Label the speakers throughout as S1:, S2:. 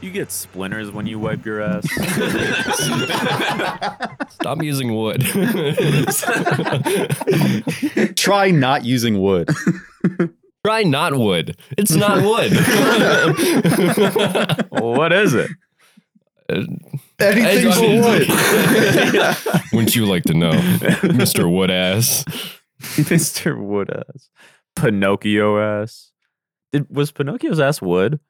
S1: You get splinters when you wipe your ass.
S2: Stop using wood.
S3: Try not using wood.
S2: Try not wood. It's not wood.
S1: what is it?
S3: Anything but wood.
S2: Wouldn't you like to know, Mr. Woodass?
S1: Mr. Wood ass. Pinocchio ass. Did, was Pinocchio's ass wood?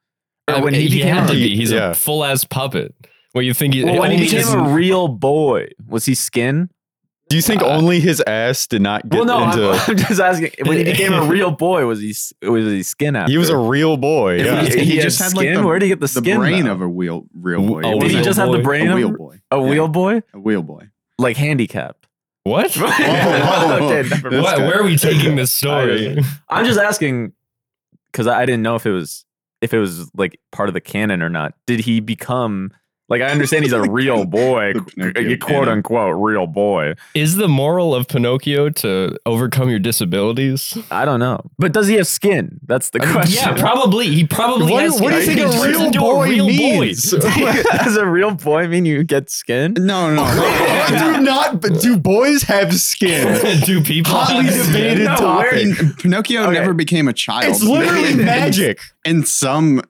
S2: I
S3: Or when
S2: mean,
S3: he
S2: he
S3: became
S2: had
S3: a-
S2: to be. He's
S3: yeah.
S2: a full ass puppet. What you think? He,
S1: Well, when
S2: only
S1: he became
S2: his-
S1: a real boy, was he skin?
S3: Do you think
S2: Uh,
S3: only his ass did not get
S1: Well, no,
S3: into?
S1: I'm, I'm just asking. When he became a real boy, was he s- was he skin after?
S3: he was a real boy.
S4: If
S3: Yeah.
S4: we-
S1: He,
S4: He
S1: just
S4: just
S1: had
S4: had, like,
S1: skin.
S4: the-
S1: Where did he get the,
S4: the
S1: skin?
S4: brain
S1: though?
S4: of a wheel, real
S2: W-
S4: boy.
S3: oh,
S2: a
S4: It
S1: Did he
S4: wasn't
S1: just have the
S2: boy.
S1: brain
S4: a
S1: of
S4: wheel boy.
S1: a wheel boy?
S4: A wheel boy.
S1: Like handicapped.
S2: What?
S1: Okay, never
S4: This
S2: Why-
S4: guy.
S2: where are we taking this story?
S1: I'm just asking because I I didn't know if it was if it was like part of the canon or not. Did he become like I understand he's a real boy,
S4: The
S1: qu-
S4: Pinocchio
S1: quote
S4: canon.
S1: unquote real boy.
S2: Is the moral of Pinocchio to overcome your disabilities?
S1: I don't know, but does he have skin? That's the
S2: I mean,
S1: question.
S2: yeah, probably. He probably.
S3: What,
S2: has
S3: do- what do you
S2: skin.
S3: think
S2: He
S3: a
S2: turns
S3: real
S2: into
S3: boy
S2: real
S3: means?
S1: Does a real boy mean you get skin?
S4: No, no.
S3: do not. But do boys have skin?
S2: Do people?
S3: Hotly
S2: have skin?
S3: debated
S1: No, where-
S3: topic.
S4: Pin- Pinocchio
S1: Okay.
S4: never became a child.
S3: It's literally
S4: In-
S3: magic.
S4: In some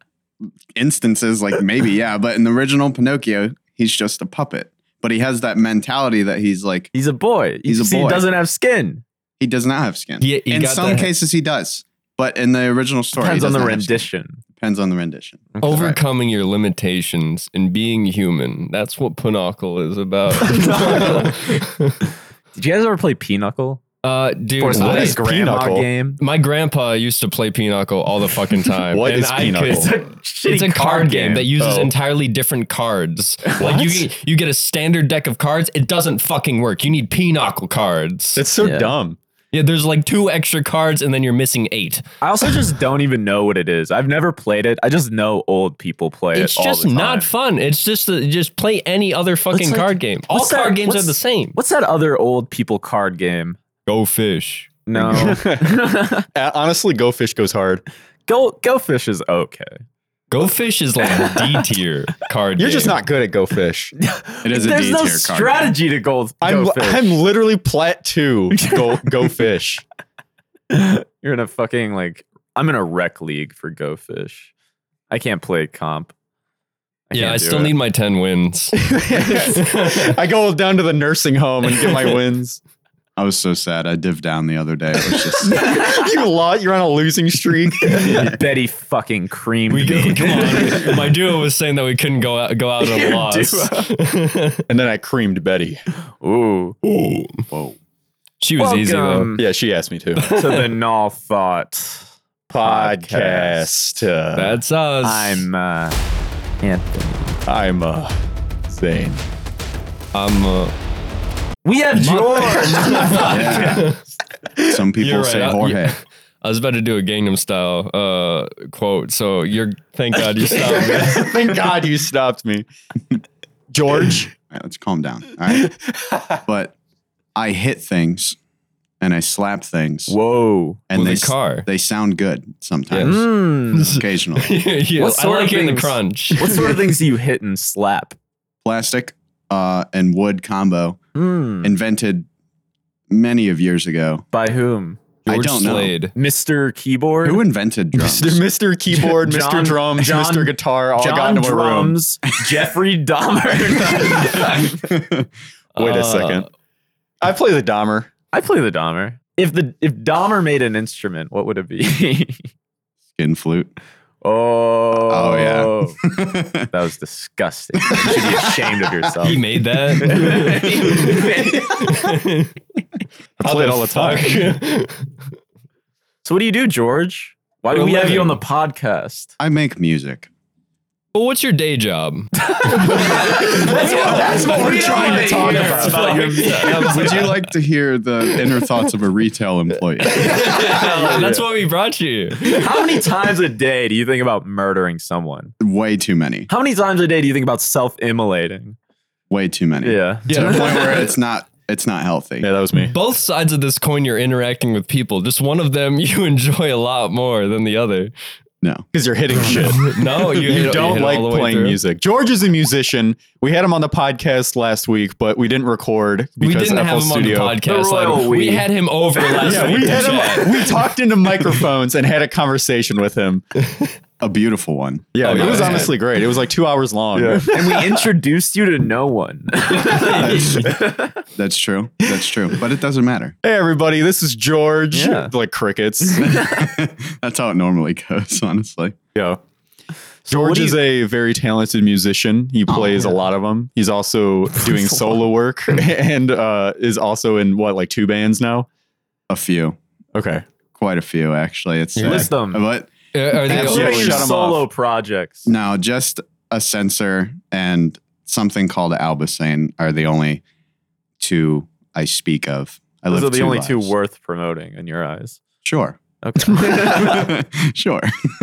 S4: instances, like maybe, yeah, but in the original Pinocchio, he's just a puppet. But he has that mentality that he's like,
S1: He's a boy.
S4: He's a
S1: See, He
S4: boy.
S1: doesn't have skin.
S4: he does not have skin.
S2: Yeah, you
S4: in
S2: got
S4: some
S2: that.
S4: cases, he does. But in the original story, he
S1: Depends on
S4: does
S1: the
S4: not have skin.
S1: rendition.
S4: Depends on the rendition.
S2: Overcoming your limitations and being human. That's what Pinochle is about.
S1: Did you guys ever play Pinochle?
S2: uh, dude,
S1: Or some
S2: I-
S3: is
S1: grandma
S3: Pinochle?
S1: game?
S2: my grandpa used to play Pinochle all the fucking time.
S3: What
S2: and
S3: is
S2: I could-
S3: Pinochle?
S1: It's a shitty
S2: it's a card game that uses
S3: Oh.
S2: entirely different cards. Like you, get- you get a standard deck of cards. It doesn't fucking work. You need Pinochle cards.
S3: That's so
S1: Yeah.
S3: dumb.
S2: yeah, there's like two extra cards, and then you're missing eight.
S1: I also just don't even know what it is. I've never played it. I just know old people play
S2: it's
S1: it. all
S2: just
S1: the time.
S2: not fun. It's just the, just play any other fucking
S1: like-
S2: card game. All
S1: what's that-
S2: card games are
S1: what's-
S2: the same.
S1: What's that other old people card game?
S2: Go fish.
S1: No,
S3: Uh, Honestly, Go Fish goes hard.
S1: go go fish is okay.
S2: Go fish is like D tier card.
S3: You're
S2: game.
S3: just not good at Go Fish.
S4: It is a
S1: There's
S4: D
S1: no
S4: tier card.
S1: strategy to gold.
S3: I'm
S1: go fish.
S3: I'm literally plat two. Go Go Fish.
S1: You're in a fucking like I'm in a rec league for go fish. I can't play comp.
S2: yeah,
S1: can't
S2: I
S1: do
S2: still
S1: it.
S2: need my ten wins.
S3: I go down to the nursing home and get my wins.
S4: I was so sad. I dived down the other day. It was just
S3: you lot, you're on a losing streak.
S1: Betty fucking cream.
S2: We go, come on. My duo was saying that we couldn't go out, go out on a
S1: Your
S2: loss.
S3: and then I creamed Betty.
S1: Ooh.
S2: Ooh.
S4: whoa.
S2: She was easy though.
S1: Welcome
S3: Yeah, she asked me to.
S1: to the Null Thought.
S3: Podcast. Uh,
S2: That's us.
S1: I'm uh, Anthony.
S3: I'm uh, Zane.
S2: I'm. Uh,
S1: We have George.
S4: Yeah. Some people
S2: You're right.
S4: say
S2: I-
S4: Jorge.
S2: I was about to do a Gangnam Style uh, quote, so you're. Thank God you stopped. me.
S3: Thank God you stopped me, George.
S4: All right, let's calm down. All right. but I hit things and I slap things.
S1: Whoa.
S4: and
S2: With
S4: they
S2: a
S4: s-
S2: car.
S4: they sound good sometimes,
S1: Mm.
S4: occasionally.
S2: yeah,
S1: What
S2: I
S1: sort
S2: like
S1: of
S2: hearing the
S1: things-
S2: crunch.
S1: What sort of things do you hit and slap?
S4: Plastic uh, and wood combo
S1: Mm.
S4: invented many of years ago.
S1: By whom?
S4: I don't know.
S2: Slade.
S1: Mr. Keyboard?
S4: Who invented drums?
S3: Mr. Mr. Keyboard,
S1: John-
S3: Mr. Drums,
S1: John-
S3: Mr. Guitar, all got
S1: John
S3: into a room.
S1: Drums, Jeffrey Dahmer.
S3: Wait a
S2: Uh,
S3: second. I play the Dahmer.
S1: I play the Dahmer. If the if Dahmer made an instrument, what would it be?
S4: Skin flute.
S1: oh,
S4: Oh,
S1: yeah. That was disgusting. You should be ashamed of yourself.
S2: He made that.
S3: I play it all the time.
S1: so what do you do, George? Why do
S2: For a
S1: we have you on the
S2: living.
S1: podcast?
S4: I make music.
S2: Well, what's your day job?
S1: That's what,
S3: we're trying to talk
S2: about.
S4: Now, would you like to hear the inner thoughts of a retail employee?
S2: That's why we brought you.
S1: How many times a day do you think about murdering someone?
S4: Way too many.
S1: How many times a day do you think about self-immolating?
S4: Way too many.
S1: Yeah.
S4: To the
S2: Yeah.
S4: point where it's not it's not healthy.
S3: Yeah, that was me.
S2: Both sides of this coin, you're interacting with people. Just one of them you enjoy a lot more than the other.
S4: No.
S3: because you're hitting shit.
S2: no, Oh, you,
S3: You,
S2: hit it-
S3: don't
S2: hit it all
S3: like
S2: the way
S3: playing
S2: through.
S3: music. George is a musician. We had him on the podcast last week, but we didn't record
S2: We
S3: because
S2: didn't
S3: FL
S2: have him
S3: Studio.
S2: on the
S1: The
S2: podcast.
S1: royal
S2: Like, we.
S1: we.
S2: had him over last
S3: yeah,
S2: week.
S3: we
S2: to
S3: had
S2: chat.
S3: him. We talked into microphones and had a conversation with him.
S4: A beautiful one.
S3: Yeah,
S2: Oh,
S3: it
S2: yeah,
S3: was
S2: yeah.
S3: honestly great. It was like two hours long.
S1: and we introduced you to no one.
S4: That's true. That's true. But it doesn't matter.
S3: Hey everybody, this is George.
S1: Yeah.
S3: Like crickets.
S4: That's how it normally goes, honestly.
S3: yeah. George
S1: do
S3: is a very talented musician. He plays a lot of them. He's also doing solo work and uh, is also in what, like two bands now?
S4: A few.
S3: Okay.
S4: Quite a few, actually. It's sad.
S1: List them.
S4: But
S2: Uh, are they all-
S4: Absolutely.
S1: Including
S4: shut 'em off.
S1: solo projects.
S4: no, just a sensor and something called Albusane are the only two I speak of. I
S1: Those
S4: live
S1: are the only two
S4: lives.
S1: worth promoting in your eyes.
S4: Sure.
S1: Okay.
S4: sure.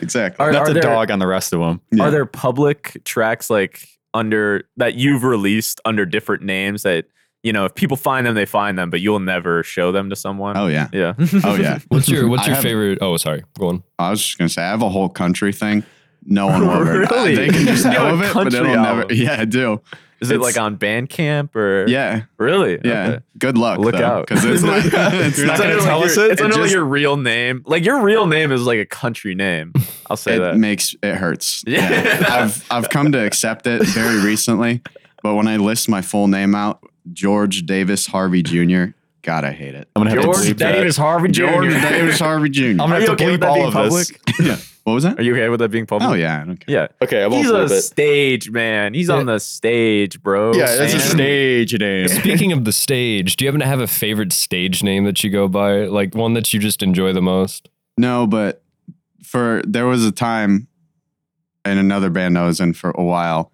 S4: exactly.
S1: Are-
S3: That's
S1: are
S3: a
S1: there-
S3: dog on the rest of them.
S4: Yeah.
S1: Are there public tracks like under that you've released under different names that you know if people find them they find them, but you'll never show them to someone?
S4: Oh yeah.
S1: Yeah.
S4: Oh yeah.
S2: What's your What's
S4: I
S2: your
S4: have-
S2: favorite? Oh, sorry. Go on.
S4: I was just gonna say I have a whole country thing. No one will ever.
S1: Really?
S4: They can just
S1: You have
S4: know
S1: a
S4: of it, but
S1: country
S4: it'll never.
S1: album?
S4: Yeah, I do.
S1: Is it
S4: It's-
S1: like on Bandcamp or
S4: Yeah,
S1: Really?
S4: yeah.
S1: Okay.
S4: Good luck.
S1: Look
S4: though,
S1: out.
S4: because it's not. it's
S3: You're
S4: not
S3: not
S4: gonna
S3: gonna
S1: under,
S4: tell
S1: like,
S3: us
S1: your-
S3: it?
S1: It's
S4: It
S1: under like,
S4: just-
S1: your real name. Like your real name is like a country name. I'll say
S4: it
S1: that.
S4: makes it hurts.
S1: Yeah.
S4: I've I've come to accept it very recently, but when I list my full name out, George Davis Harvey Jr. God, I hate it.
S3: I'm gonna have
S1: George
S3: to bleep that.
S1: Davis Harvey
S4: George
S1: Jr..
S4: Davis Harvey Jr.
S3: I'm gonna
S1: Are
S3: have
S1: you
S3: to
S1: okay with
S3: bleep
S1: that
S3: all
S1: being
S3: of
S1: public?
S3: this.
S4: yeah. What was that?
S1: Are you okay with that being public?
S4: Oh yeah, I don't care.
S1: Yeah.
S3: Okay, I
S1: He's a stage man. He's on the stage, bro.
S3: Yeah, that's a
S1: Man.
S3: stage name.
S2: Speaking of the stage, do you happen to have a favorite stage name that you go by? Like one that you just enjoy the most?
S4: No, but for there was a time in another band I was in for a while.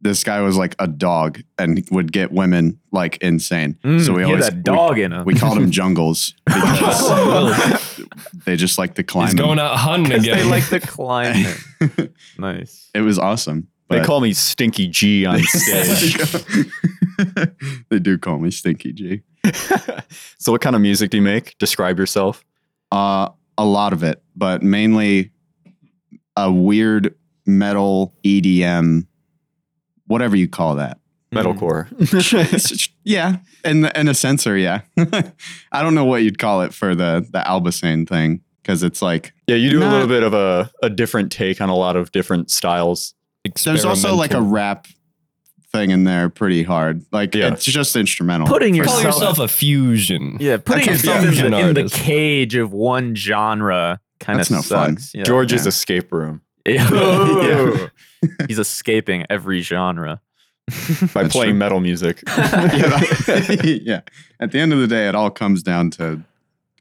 S4: This guy was like a dog and would get women like insane.
S1: Mm,
S4: so we
S1: he
S4: always
S1: had that dog in him.
S4: We, we called him jungles because they just like to climb.
S2: He's
S4: him.
S2: going out hunting
S1: they
S2: again.
S1: like to climb him. nice.
S4: It was awesome.
S3: They
S4: but-
S3: call me Stinky G on stage.
S4: they do call me Stinky G.
S3: so, what kind of music do you make? Describe yourself.
S4: Uh, a lot of it, but mainly a weird metal EDM, whatever you call that.
S3: Mm. Metalcore.
S4: yeah, in the, in a sensor, yeah. I don't know what you'd call it for the the Albusane thing because it's like
S3: yeah, you do a
S4: Not-
S3: little bit of a, a different take on a lot of different styles.
S4: there's also like a
S2: Experimental.
S4: rap thing in there pretty hard. Like
S3: Yeah.
S4: it's just instrumental.
S1: Putting
S4: for
S2: call
S1: yourself-
S4: some-
S2: yourself a fusion.
S1: Yeah, putting
S4: That's
S1: yourself
S4: a
S1: in
S2: fusion
S1: the, in the
S2: artist.
S1: cage of one genre kind of
S4: That's no fun.
S1: sucks. Yeah.
S3: George's
S4: Yeah.
S3: escape room
S1: Yeah. He's escaping every genre.
S3: by
S4: That's
S3: playing
S4: true.
S3: metal music.
S4: yeah. yeah. At the end of the day, it all comes down to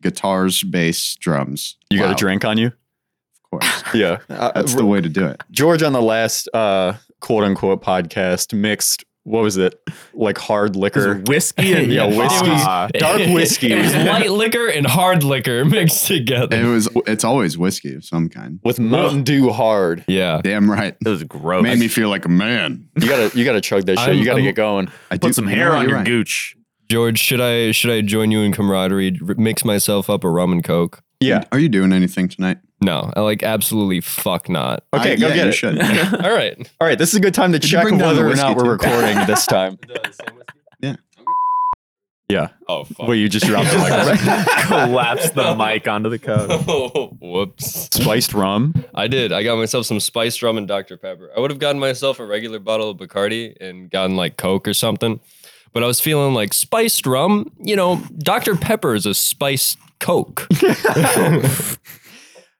S4: guitars, bass, drums.
S3: You got
S4: Wow,
S3: a drink on you?
S4: of course.
S3: Yeah.
S4: That's the way to do it.
S3: George on the last uh, quote unquote podcast mixed, what was it? Like hard liquor.
S1: whiskey and
S3: Yeah, whiskey.
S1: Ah.
S3: Dark whiskey.
S2: it was light liquor and hard liquor mixed
S4: It
S2: together.
S4: was. It's always whiskey of some kind.
S3: With Mountain Dew hard.
S2: Yeah.
S4: Damn right.
S1: It was gross.
S4: Made me feel like a man.
S3: You gotta you gotta chug that shit.
S2: I'm-
S3: you gotta
S2: I'm-
S3: get going.
S4: I
S1: Put
S4: do-
S1: some
S4: no,
S1: hair on
S4: you're
S1: your
S4: right.
S1: gooch.
S2: George, should I should I join you in camaraderie? R- mix myself up a rum and coke?
S3: Yeah.
S4: Are you doing anything tonight?
S2: No, I like absolutely fuck not.
S3: Okay,
S4: I-
S3: go
S4: yeah,
S3: get
S4: you
S3: it.
S4: should.
S2: All right.
S3: All right, this is a good time to
S4: Did you
S3: check
S4: bring down the
S3: whether or not
S4: whiskey
S3: we're
S4: too?
S3: recording this time.
S4: Yeah.
S3: Yeah.
S2: Oh fuck.
S3: Well, you just dropped the microphone.
S1: Collapse the mic onto the couch.
S2: Whoops.
S3: Spiced rum.
S2: I did. I got myself some spiced rum and Dr. Pepper. I would have gotten myself a regular bottle of Bacardi and gotten like Coke or something. But I was feeling like spiced rum, you know, Dr. Pepper is a spiced Coke.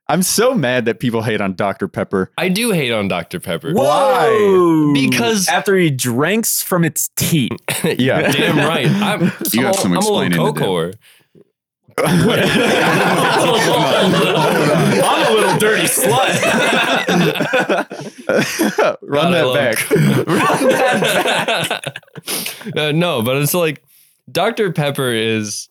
S3: I'm so mad that people hate on Dr. Pepper.
S2: I do hate on Dr. Pepper.
S1: Why?
S2: Because-
S1: after he drinks from its teat.
S3: Yeah.
S2: Damn right. I'm,
S4: You
S2: I'm a-
S4: have some
S2: I'm a
S4: explaining
S2: little
S4: to do.
S2: Coke-er.
S1: I'm a little dirty slut.
S3: Run
S2: God, I
S3: that
S2: love
S3: back.
S2: uh, no, but it's like Dr. Pepper is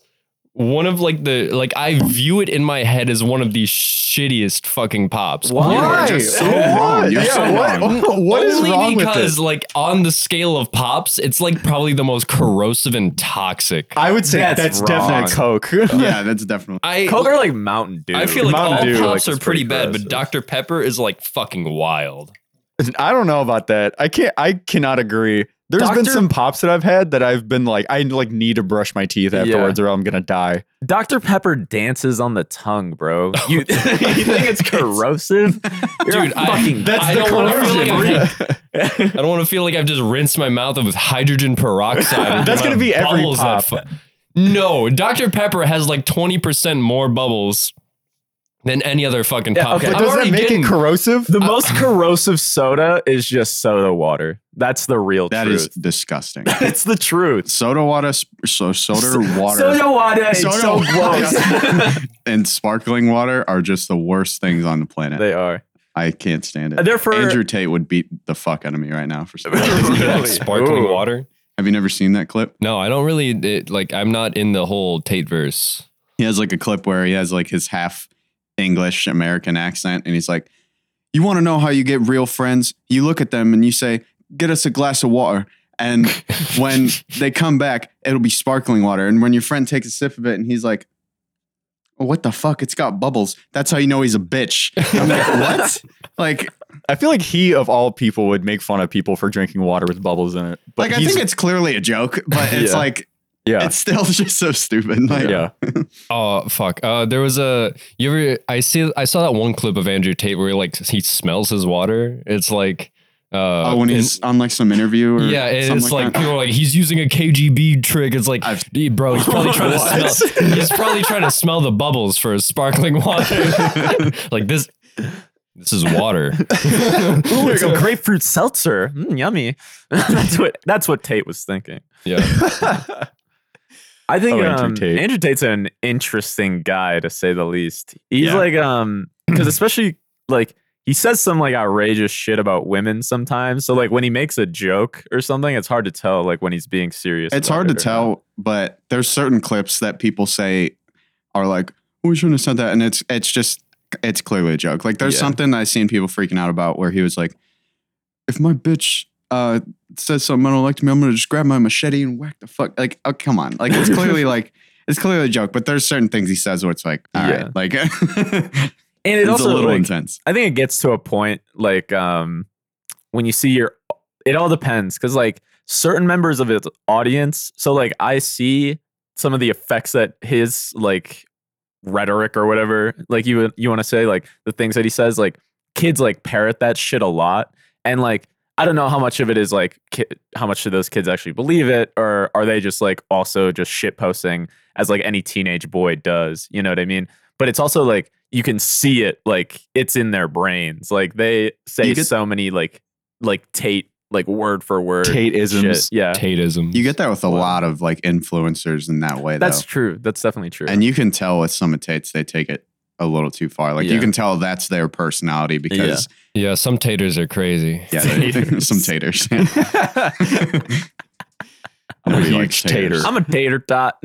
S2: one of like the like I view it in my head as one of the shittiest fucking pops.
S1: Why?
S4: You are just so wrong. You're
S3: Yeah,
S4: so
S3: what-
S4: wrong.
S3: what is
S2: Only
S3: wrong with
S2: because
S3: this?
S2: like on the scale of pops, it's like probably the most corrosive and toxic.
S3: I would say
S1: That's
S3: that's, definitely Coke.
S4: Yeah, that's definitely.
S2: I
S1: Coke are like Mountain Dew.
S2: I feel like
S3: Mountain
S2: all
S3: Dew, like,
S2: pops
S1: is
S2: are pretty
S1: pretty
S2: bad, but
S1: gross.
S2: Dr Pepper is like fucking wild.
S3: I don't know about that. I can't. I cannot agree. There's been
S1: Doctor-
S3: some pops that I've had that I've been like, I like need to brush my teeth
S1: Yeah.
S3: afterwards, or I'm gonna die.
S1: Dr. Pepper dances on the tongue, bro. You, you think it's corrosive? You're
S2: Oh, Dude,
S1: a
S2: I-
S1: fucking
S2: that's
S1: I
S2: the
S1: don't wanna
S2: corrosive.
S1: feel like I'm-
S2: I don't want to feel like I've just rinsed my mouth with hydrogen peroxide. and
S3: That's gonna be every
S2: bubbles that
S3: pop.
S2: fu- no, Dr Pepper has like twenty percent more bubbles than any other fucking
S1: Yeah,
S2: pop.
S1: okay.
S2: I'm
S3: But does that
S2: already
S3: make
S2: getting-
S3: it corrosive?
S1: The most corrosive soda is just soda water. That's the real
S4: That is
S1: truth.
S4: disgusting.
S1: it's the truth.
S4: Soda water, sp- so soda water,
S1: Soda water is
S4: Soda
S1: so
S4: water.
S1: gross.
S4: and sparkling water are just the worst things on the planet.
S1: they are.
S4: I can't stand it.
S1: They're for
S4: Andrew Tate would beat the fuck out of me right now for something.
S2: Yeah,
S1: Really?
S2: sparkling
S1: Ooh.
S2: water.
S4: Have you never seen that clip?
S2: No, I don't really it, like. I'm not in the whole Tate verse.
S4: He has like a clip where he has like his half English American accent, and he's like, "You want to know how you get real friends? You look at them and you say, "Get us a glass of water." And when they come back, it'll be sparkling water. And when your friend takes a sip of it, and he's like, oh, "What the fuck? It's got bubbles." That's how you know he's a bitch. I'm like, "What?" Like,
S3: I feel like he of all people would make fun of people for drinking water with bubbles in it. But
S4: like I
S3: he's-
S4: think it's clearly a joke, but it's
S3: Yeah.
S4: like
S3: yeah,
S4: it's still just so stupid. Like,
S3: yeah.
S2: Oh fuck! Uh, there was a you ever? I see. I saw that one clip of Andrew Tate where like he smells his water. It's like uh,
S4: oh, when
S2: in-
S4: he's on like some interview or
S2: yeah,
S4: something
S2: it's like,
S4: that.
S2: people are like he's using a KGB trick. It's like,
S4: I've-
S2: "Dude, bro, he's probably trying to
S3: What?
S2: smell. He's probably trying to smell the bubbles for his sparkling water. like this, this is water.
S1: Ooh, it's a grapefruit seltzer. Mm, yummy. that's what that's what Tate was thinking.
S2: yeah.
S1: I think
S3: Oh, Andrew
S1: Andrew, um,
S3: Tate.
S1: Andrew Tate's an interesting guy to say the least. He's
S3: Yeah.
S1: like um because especially like he says some like outrageous shit about women sometimes. So like when he makes a joke or something, it's hard to tell like when he's being serious.
S4: It's
S1: about
S4: hard
S1: it
S4: to
S1: or not.
S4: tell, but there's certain clips that people say are like, "Oh, we shouldn't have said that," and it's it's just it's clearly a joke. Like there's
S1: Yeah.
S4: something I've seen people freaking out about where he was like, "If my bitch uh, says something I don't like to me, I'm gonna just grab my machete and whack the fuck." Like, oh come on, like it's clearly like it's clearly a joke, but there's certain things he says where it's like, all
S1: Yeah.
S4: right, like it's
S1: And it also
S4: a little
S1: like,
S4: intense.
S1: I think it gets to a point like um when you see your it all depends because like certain members of his audience so like I see some of the effects that his like rhetoric or whatever like you you want to say like the things that he says like kids like parrot that shit a lot and like I don't know how much of it is like ki- how much do those kids actually believe it or are they just like also just shit posting as like any teenage boy does you know what I mean but it's also like you can see it like it's in their brains like they say
S4: You get-
S1: so many like like tate like word for word shit.
S3: Tateisms.
S1: yeah
S2: Tateism.
S4: You get that with a lot of like influencers in that way.
S1: that's
S4: though.
S1: true that's definitely true
S4: And you can tell with some of Tate's, they take it a little too far. Like
S1: Yeah.
S4: you can tell that's their personality because
S2: yeah. Some taters are crazy.
S4: yeah, they-
S1: Taters.
S4: some taters.
S3: I'm a
S4: Nobody
S3: huge
S4: likes
S3: tater.
S4: taters.
S1: i'm a tater tot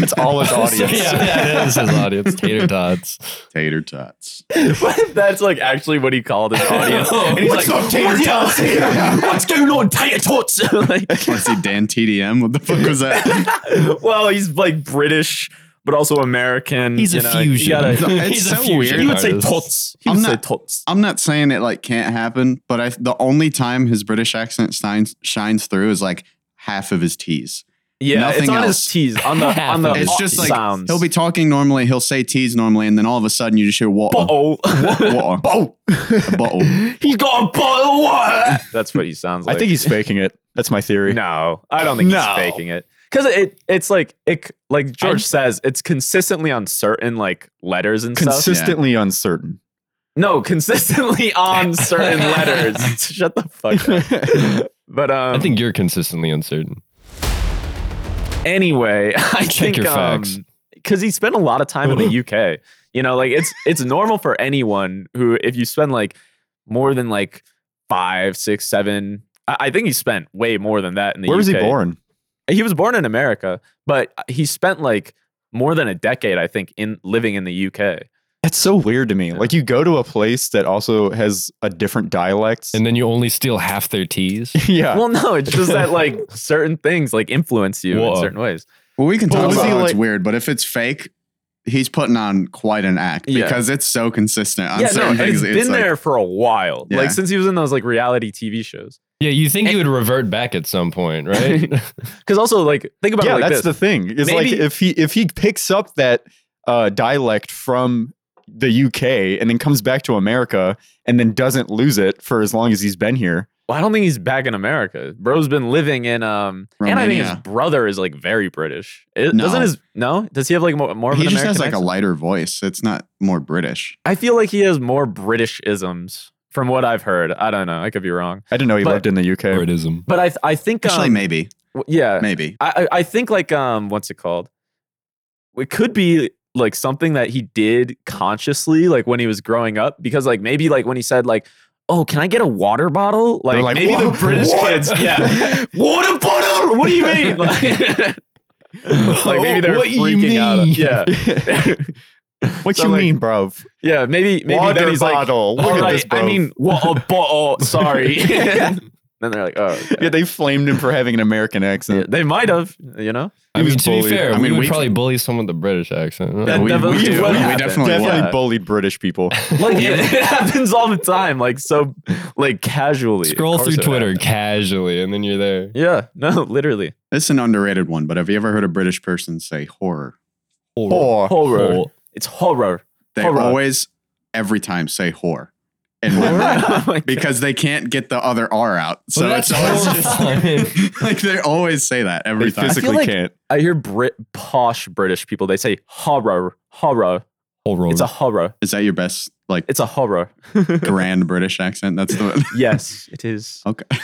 S3: it's all his audience.
S2: yeah, yeah, this is audience. Tater tots.
S4: Tater tots.
S1: What if that's like actually what he called his audience? And he's
S3: What's
S1: like,
S3: up, tater
S1: "What- yeah, What's going on, tater tots? like,
S4: Let's see, Dan TDM. What the fuck was that?
S1: well, he's like British, but also American.
S2: He's a
S1: you know, you
S2: fusion.
S1: gotta-
S4: It's
S2: He's
S4: so
S2: a fusion
S4: weird.
S1: he would say
S2: artist.
S1: tots. He
S4: I'm
S1: would say
S4: not-
S1: tots.
S4: I'm not saying it like can't happen, but I the only time his British accent shines shines through is like half of his T's.
S1: Yeah, it's
S4: nothing
S1: on
S4: else.
S1: his T's. On the on the
S4: It's
S1: au-
S4: just like
S1: sounds.
S4: he'll be talking normally, he'll say T's normally, and then all of a sudden you just hear water.
S1: bottle.
S4: Water.
S1: Bottle.
S4: A bottle.
S1: He's got a bottle of water. That's what he sounds like.
S3: I think he's faking it. That's my theory.
S1: No, I don't think
S3: No.
S1: he's faking it. Because it, it's like it, like George says, it's consistently on certain like letters and stuff.
S3: Consistently uncertain.
S1: No, consistently on certain letters. Shut the fuck up. But um,
S2: I think you're consistently uncertain.
S1: anyway, I
S2: Check
S1: think
S2: your facts.
S1: because he spent a lot of time in the UK. You know, like it's it's normal for anyone who if you spend like more than like five, six, seven. I, I think he spent way more than that in the
S3: Where
S1: UK.
S3: was he born?
S1: he was born in America, but he spent like more than a decade, I think, in living in the UK.
S3: That's so weird to me. Like you go to a place that also has a different dialect.
S2: And then you only steal half their teas.
S4: Ah.
S3: yeah.
S1: Well, no, it's just that like certain things like influence you
S2: Whoa.
S1: in certain ways.
S4: Well, we can
S3: But
S4: talk
S3: was
S4: about
S3: he
S4: how it's
S3: like-
S4: weird, but if it's fake, he's putting on quite an act
S1: Yeah.
S4: because it's so consistent on
S1: yeah, no,
S4: certain
S1: and
S4: things.
S1: it's been
S4: like-
S1: there for a while.
S4: Yeah.
S1: Like since he was in those like reality TV shows.
S2: yeah, you think you would revert back at some point, right?
S1: Because also like think about
S3: yeah,
S1: it like
S3: that's
S1: this.
S3: the thing. It's like
S1: Maybe-
S3: if he if he picks up that uh, dialect from the UK and then comes back to America and then doesn't lose it for as long as he's been here.
S1: Well, I don't think he's back in America. Bro's been living in um, and I think his
S4: Romania.
S1: brother is like very British. It,
S4: No.
S1: Doesn't his no? Does he have like more, more of
S4: he
S1: an
S4: just
S1: American
S4: has like a
S1: accent?
S4: lighter voice. It's not more British.
S1: I feel like he has more British isms from what I've heard. I don't know. I could be wrong,
S3: I didn't know he
S1: But-
S3: lived in the UK.
S2: Wordism.
S1: but I th- I think um,
S4: Actually, maybe,
S1: w- yeah,
S4: maybe.
S1: I I I think like um what's it called? It could be like something that he did consciously, like when he was growing up, because like maybe like when he said like, "Oh, can I get a water bottle?" Like,
S3: They're like,
S1: maybe
S3: "What?
S1: the British
S3: What?"
S1: kids, yeah, water bottle. What do you mean? Like, like, maybe they're
S2: What you
S1: freaking out.
S2: mean?
S1: Yeah,
S3: what
S1: So,
S3: you
S1: like,
S3: mean, bruv?
S1: yeah. Maybe maybe then he's like,
S3: bottle.
S1: "All
S3: Look at
S1: right,
S3: this,
S1: I
S3: bruv."
S1: mean, what a bottle. Sorry. then they're like, "Oh, okay."
S3: yeah, they flamed him for having an American
S1: Yeah,
S3: accent.
S1: they might have, you know."
S2: I
S3: He
S2: mean,
S3: was
S2: to be
S3: bullied.
S2: fair,
S4: I
S2: I mean,
S4: mean,
S2: we would
S4: we-
S2: probably bully someone with a British accent.
S1: That
S4: we-
S1: definitely
S4: we do.
S1: would
S4: We
S1: happen.
S4: definitely would.
S3: Definitely
S1: Yeah.
S3: bullied British people.
S1: like it, it happens all the time like so like casually Of
S2: Scroll
S1: course
S2: through
S1: it
S2: Twitter
S1: happens.
S2: casually, and then you're there.
S1: yeah no literally
S4: It's an underrated one, but have you ever heard a British person say horror?
S3: Or
S1: horror it's horror
S4: They
S1: Horror.
S4: always, every time, say whore. In one word.
S1: Oh my God.
S4: because they can't get the other R out. So
S2: Well,
S4: it's
S2: that's
S4: always
S2: horrifying.
S4: just like they always say that every
S3: they
S4: time.
S3: physically
S1: like-
S3: can't.
S1: i hear brit posh british people they say horror horror
S2: horror.
S1: it's a horror
S4: Is that your best like
S1: it's a horror
S4: grand British accent? That's the
S1: yes it is
S4: okay.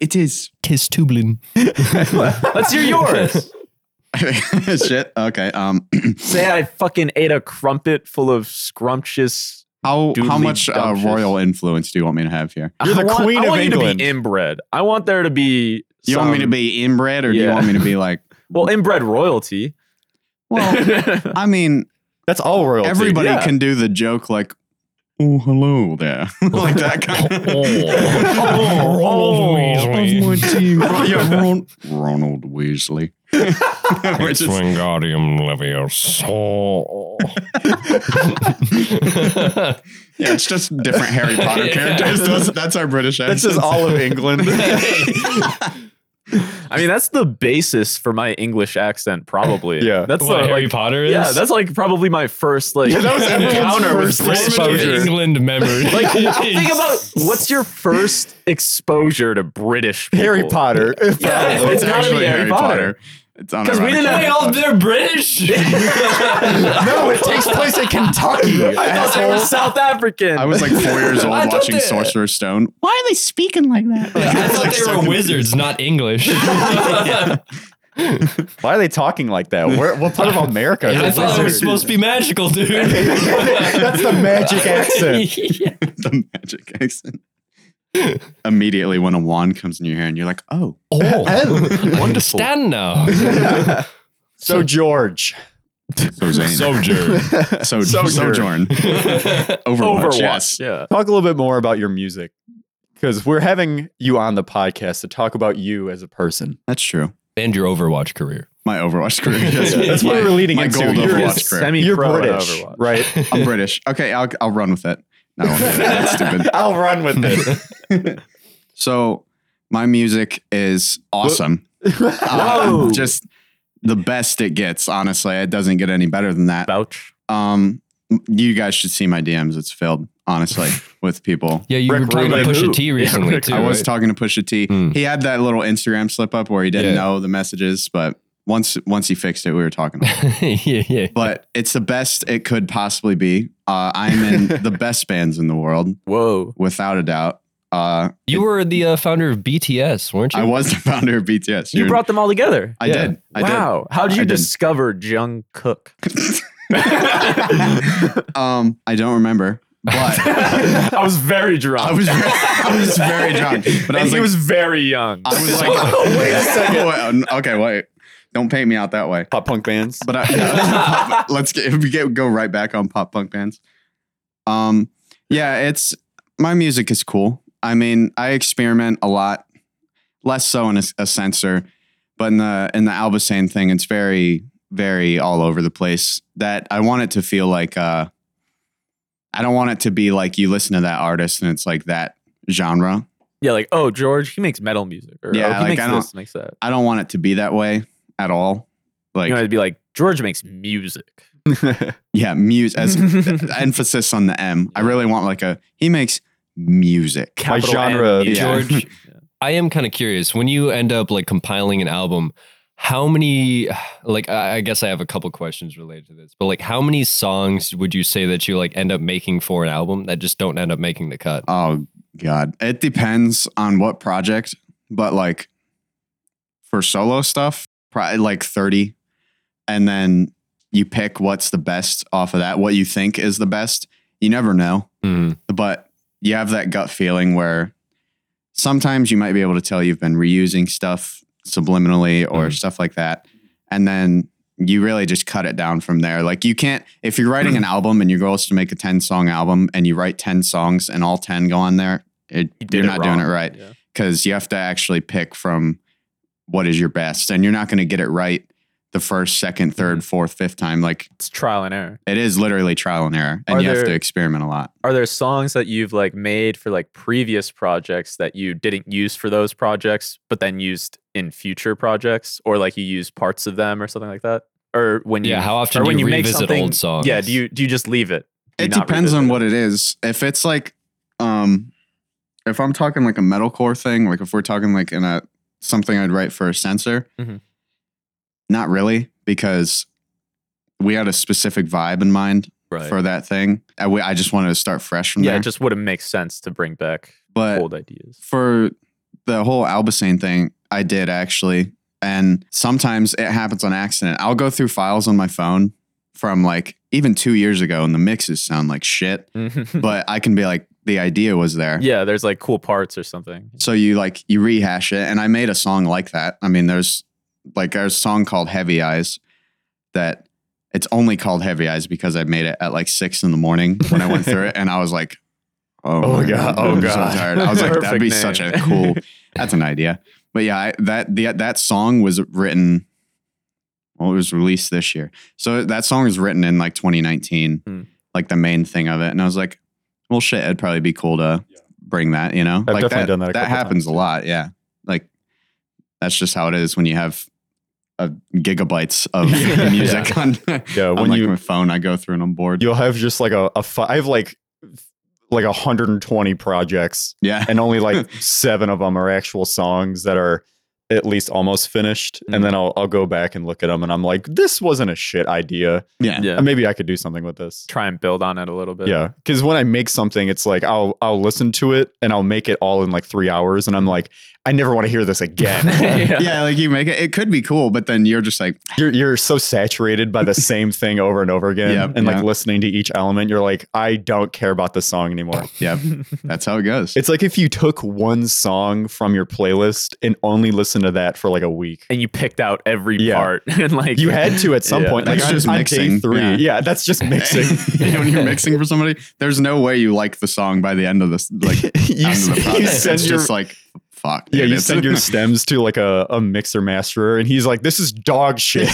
S4: it is
S2: kiss Tublin.
S1: let's hear yours
S4: shit. Okay. Um,
S1: say i fucking ate a crumpet full of scrumptious
S4: how how
S1: Doodly
S4: much uh,
S1: dumptious.
S4: royal influence do you want me to have here?
S3: You're
S1: I
S3: the
S1: want,
S3: queen
S1: I
S3: of
S1: want you to
S3: England.
S1: be inbred i want there to be
S4: You want me to
S1: some-
S4: be inbred, or do you
S1: Yeah.
S4: want me to be like?
S1: well inbred royalty
S4: Well, I mean,
S3: That's all royalty.
S4: everybody
S1: yeah.
S4: can do the joke like, "Oh, hello there," like that kind.
S1: Oh, oh,
S2: Weasley.
S4: yeah, Ron- Ronald Weasley. We're just-
S2: Wingardium Leviosa.
S4: Yeah, it's just different Harry Potter
S2: Yeah.
S4: characters. Those, that's our British accent.
S3: That's just all of England.
S1: I mean, that's the basis for my English accent, probably.
S3: Yeah.
S1: that's
S2: what
S1: the,
S2: Harry
S1: like,
S2: Potter is?
S1: yeah, that's like probably my first like
S3: Yeah, that was everyone's
S1: encounter with
S3: first
S1: British
S2: Formative
S3: exposure.
S1: people.
S2: England memory.
S1: Like, think about what's your first exposure to British people?
S3: Harry Potter.
S1: Yeah,
S4: It's,
S1: it's gotta
S4: actually
S1: be
S4: Harry,
S1: Harry
S4: Potter.
S1: Potter.
S4: It's
S1: 'Cause we didn't have
S4: unironic.
S2: Hey, oh, they're British.
S3: no, it takes place in Kentucky.
S1: I thought they were South African.
S4: I was like four years old
S2: I thought
S4: watching
S2: they-
S4: Sorcerer's Stone. Why are they speaking like that?
S2: I thought they were wizards, not English. yeah,
S3: Why are they talking like that? Where, what part of America?
S2: I
S3: is a
S2: thought it was
S3: wizard?
S2: supposed to be magical, dude.
S3: That's the magic accent.
S4: the magic accent. Immediately, when a wand comes in your hair and you're like, "Oh,
S2: Oh, understand now.
S3: So George.
S4: so Zane, so
S2: Sojourn.
S4: so
S3: Sojourn.
S4: Sojourn, Overwatch,
S1: Overwatch.
S4: yes,
S1: Yeah.
S3: Talk a little bit more about your music because we're having you on the podcast to talk about you as a person.
S4: that's true.
S2: and your Overwatch career.
S4: My Overwatch career. That's,
S2: Yeah.
S4: that's
S3: what
S4: my,
S3: we're leading
S4: my
S3: into.
S4: gold
S3: You're,
S4: Overwatch
S3: just-
S4: career.
S1: semi
S3: you're
S1: pro
S3: British,
S1: Overwatch.
S3: right?
S4: I'm British. Okay, I'll I'll run with it. No, I won't do that. that's stupid.
S3: I'll run with it.
S4: So my music is awesome. Uh,
S1: Whoa.
S4: just the best it gets, honestly. It doesn't get any better than that.
S1: Bouch.
S4: Um you guys should see my DMs. It's filled, honestly, with people.
S2: Yeah, you
S3: Rick
S2: were talking
S3: Rubin.
S2: about Pusha
S1: Who?
S2: T recently
S1: Rick-
S2: too.
S4: I was
S2: right?
S4: talking to Pusha T.
S2: Hmm.
S4: He had that little Instagram slip up where he didn't
S2: Yeah.
S4: know the messages, but once once he fixed it, we were talking.
S2: yeah, yeah.
S4: but it's the best it could possibly be. Uh, I'm in the best bands in the world,
S1: Whoa.
S4: without a doubt. Uh,
S2: You were the uh, founder of BTS, weren't you?
S4: I was the founder of BTS.
S1: You
S4: dude.
S1: brought them all together.
S4: I
S2: Yeah.
S4: did. I did.
S1: wow. How did
S4: I
S1: you
S4: did.
S1: discover Jung Cook?
S4: um, I don't remember. but
S1: I was very drunk.
S4: I was very, I was very drunk. But I
S1: and
S4: was
S1: he
S4: like,
S1: was very young. Oh,
S4: I was like, wait a second. okay, wait. Don't paint me out that way.
S3: Pop punk bands.
S4: But I, pop- let's get, we get go right back on pop punk bands. Um, yeah, it's my music is cool. I mean, I experiment a lot, less so in a, a censor, but in the in the Albusane thing, it's very very all over the place. That I want it to feel like uh, I don't want it to be like you listen to that artist and it's like that genre.
S1: yeah, like oh George, he makes metal music. Or,
S4: Yeah,
S1: oh, he
S4: like,
S1: makes
S4: I don't-
S1: this, makes that.
S4: I don't want it to be that way at all. Like
S1: you know, I'd be like George makes music.
S4: Yeah, muse as emphasis on the M. I really want like a he makes music.
S3: By
S1: Capital
S3: genre,
S1: M, yeah.
S4: yeah.
S2: George, I am kind of curious when you end up like compiling an album, how many, like, I I guess I have a couple questions related to this, but like, how many songs would you say that you like end up making for an album that just don't end up making the cut?
S4: Oh god. It depends on what project, but like for solo stuff, probably like 30 and then you pick what's the best off of that, what you think is the best. You never know, but you have that gut feeling where sometimes you might be able to tell you've been reusing stuff subliminally or
S1: Mm-hmm.
S2: Mhm.
S4: stuff like that. And then you really just cut it down from there. Like you can't if you're writing an album and your goal is to make a 10 song album and you write 10 songs and all 10 go on there, it,
S1: He did
S4: you're not doing
S1: wrong.
S4: it right
S1: Yeah.
S4: because you have to actually pick from what is your best and you're not going to get it right the first, second, third,
S1: Mm-hmm.
S4: fourth, fifth time. Like
S1: It's trial and error.
S4: it is literally trial and error and
S1: Are
S4: you have to
S1: there-
S4: experiment a lot.
S1: Are there songs that you've like made for like previous projects that you didn't use for those projects, but then used in future projects, or like you use parts of them or something like that? Or when you
S2: Yeah, how often
S1: Mm. or
S2: do
S1: when
S2: you,
S1: you make
S2: revisit
S1: something-
S2: old songs?
S1: yeah, do you do you just leave it? Do you
S4: It
S1: not
S4: depends
S1: revisit
S4: on what it is. If it's like, um, if I'm talking like a metalcore thing, like if we're talking like in a something I'd write for a censor,
S1: Mhm.
S4: not really, because we had a specific vibe in mind
S2: right.
S4: for that thing. I, we, I just wanted to start fresh from
S1: Yeah,
S4: there.
S1: it just wouldn't make sense to bring back
S4: but
S1: old ideas.
S4: for the whole Albusane thing, I did actually. And sometimes it happens on accident. I'll go through files on my phone from like even two years ago, and the mixes sound like shit but I can be like, the idea was there.
S1: yeah, there's like cool parts or something.
S4: So you like you rehash it, and I made a song like that. I mean, there's like there's a song called Heavy Eyes that it's only called Heavy Eyes because I made it at like six in the morning when I went through it, and I was like, oh,
S3: Oh,
S4: my
S3: God. Oh,
S4: I'm
S3: God.
S4: so tired. I was like, that'd
S1: Perfect
S4: be
S1: name.
S4: such a cool. That's an idea. But yeah, I, that the that song was written. Well, it was released this year, so that song was written in like 2019,
S1: Hmm.
S4: like the main thing of it. And I was like, well, shit, it'd probably be cool to bring that. You know,
S3: I've
S4: like
S3: definitely done that a
S4: that
S3: couple
S4: happens
S3: times,
S4: a
S3: too.
S4: lot. Yeah, like that's just how it is when you have a gigabytes of
S3: Yeah.
S4: music on,
S3: Yeah,
S4: on
S3: when
S4: like
S3: you
S4: my phone. I go through and I'm bored.
S3: you'll have just like a, a fi- I have like like 120 projects
S4: yeah,
S3: and only like seven of them are actual songs that are at least almost finished
S4: Mm.
S3: and then I'll, I'll go back and look at them and i'm like this wasn't a shit idea
S4: yeah,
S1: Yeah.
S3: maybe i could do something with this
S1: Try and build on it a little bit.
S3: yeah because when i make something it's like i'll i'll listen to it and i'll make it all in like three hours and i'm like i never want to hear this again
S1: yeah.
S4: yeah. Like you make it. It could be cool, but then you're just like.
S3: you're, you're so saturated by the same thing over and over again
S4: Yep,
S3: and like
S4: yeah.
S3: listening to each element you're like i don't care about this song anymore
S4: Yep. That's how it goes.
S3: It's like if you took one song from your playlist and only listened to that for like a week.
S1: And you picked out every
S3: Yeah.
S1: part and like
S3: You had to at some
S1: Yeah.
S3: point. Like
S4: That's
S3: on-
S4: just
S3: on day
S4: mixing,
S3: three.
S4: yeah.
S3: Yeah. that's just mixing.
S4: when you're mixing for somebody, there's no way you like the song by the end of this. Like,
S3: you,
S4: end of the
S3: s- you
S4: process.
S3: send
S4: It's
S3: your
S4: just like, fuck.
S3: yeah,
S4: dude,
S3: you
S4: it's-
S3: send your stems to like a, a mixer masterer, and he's like, "This is dog shit."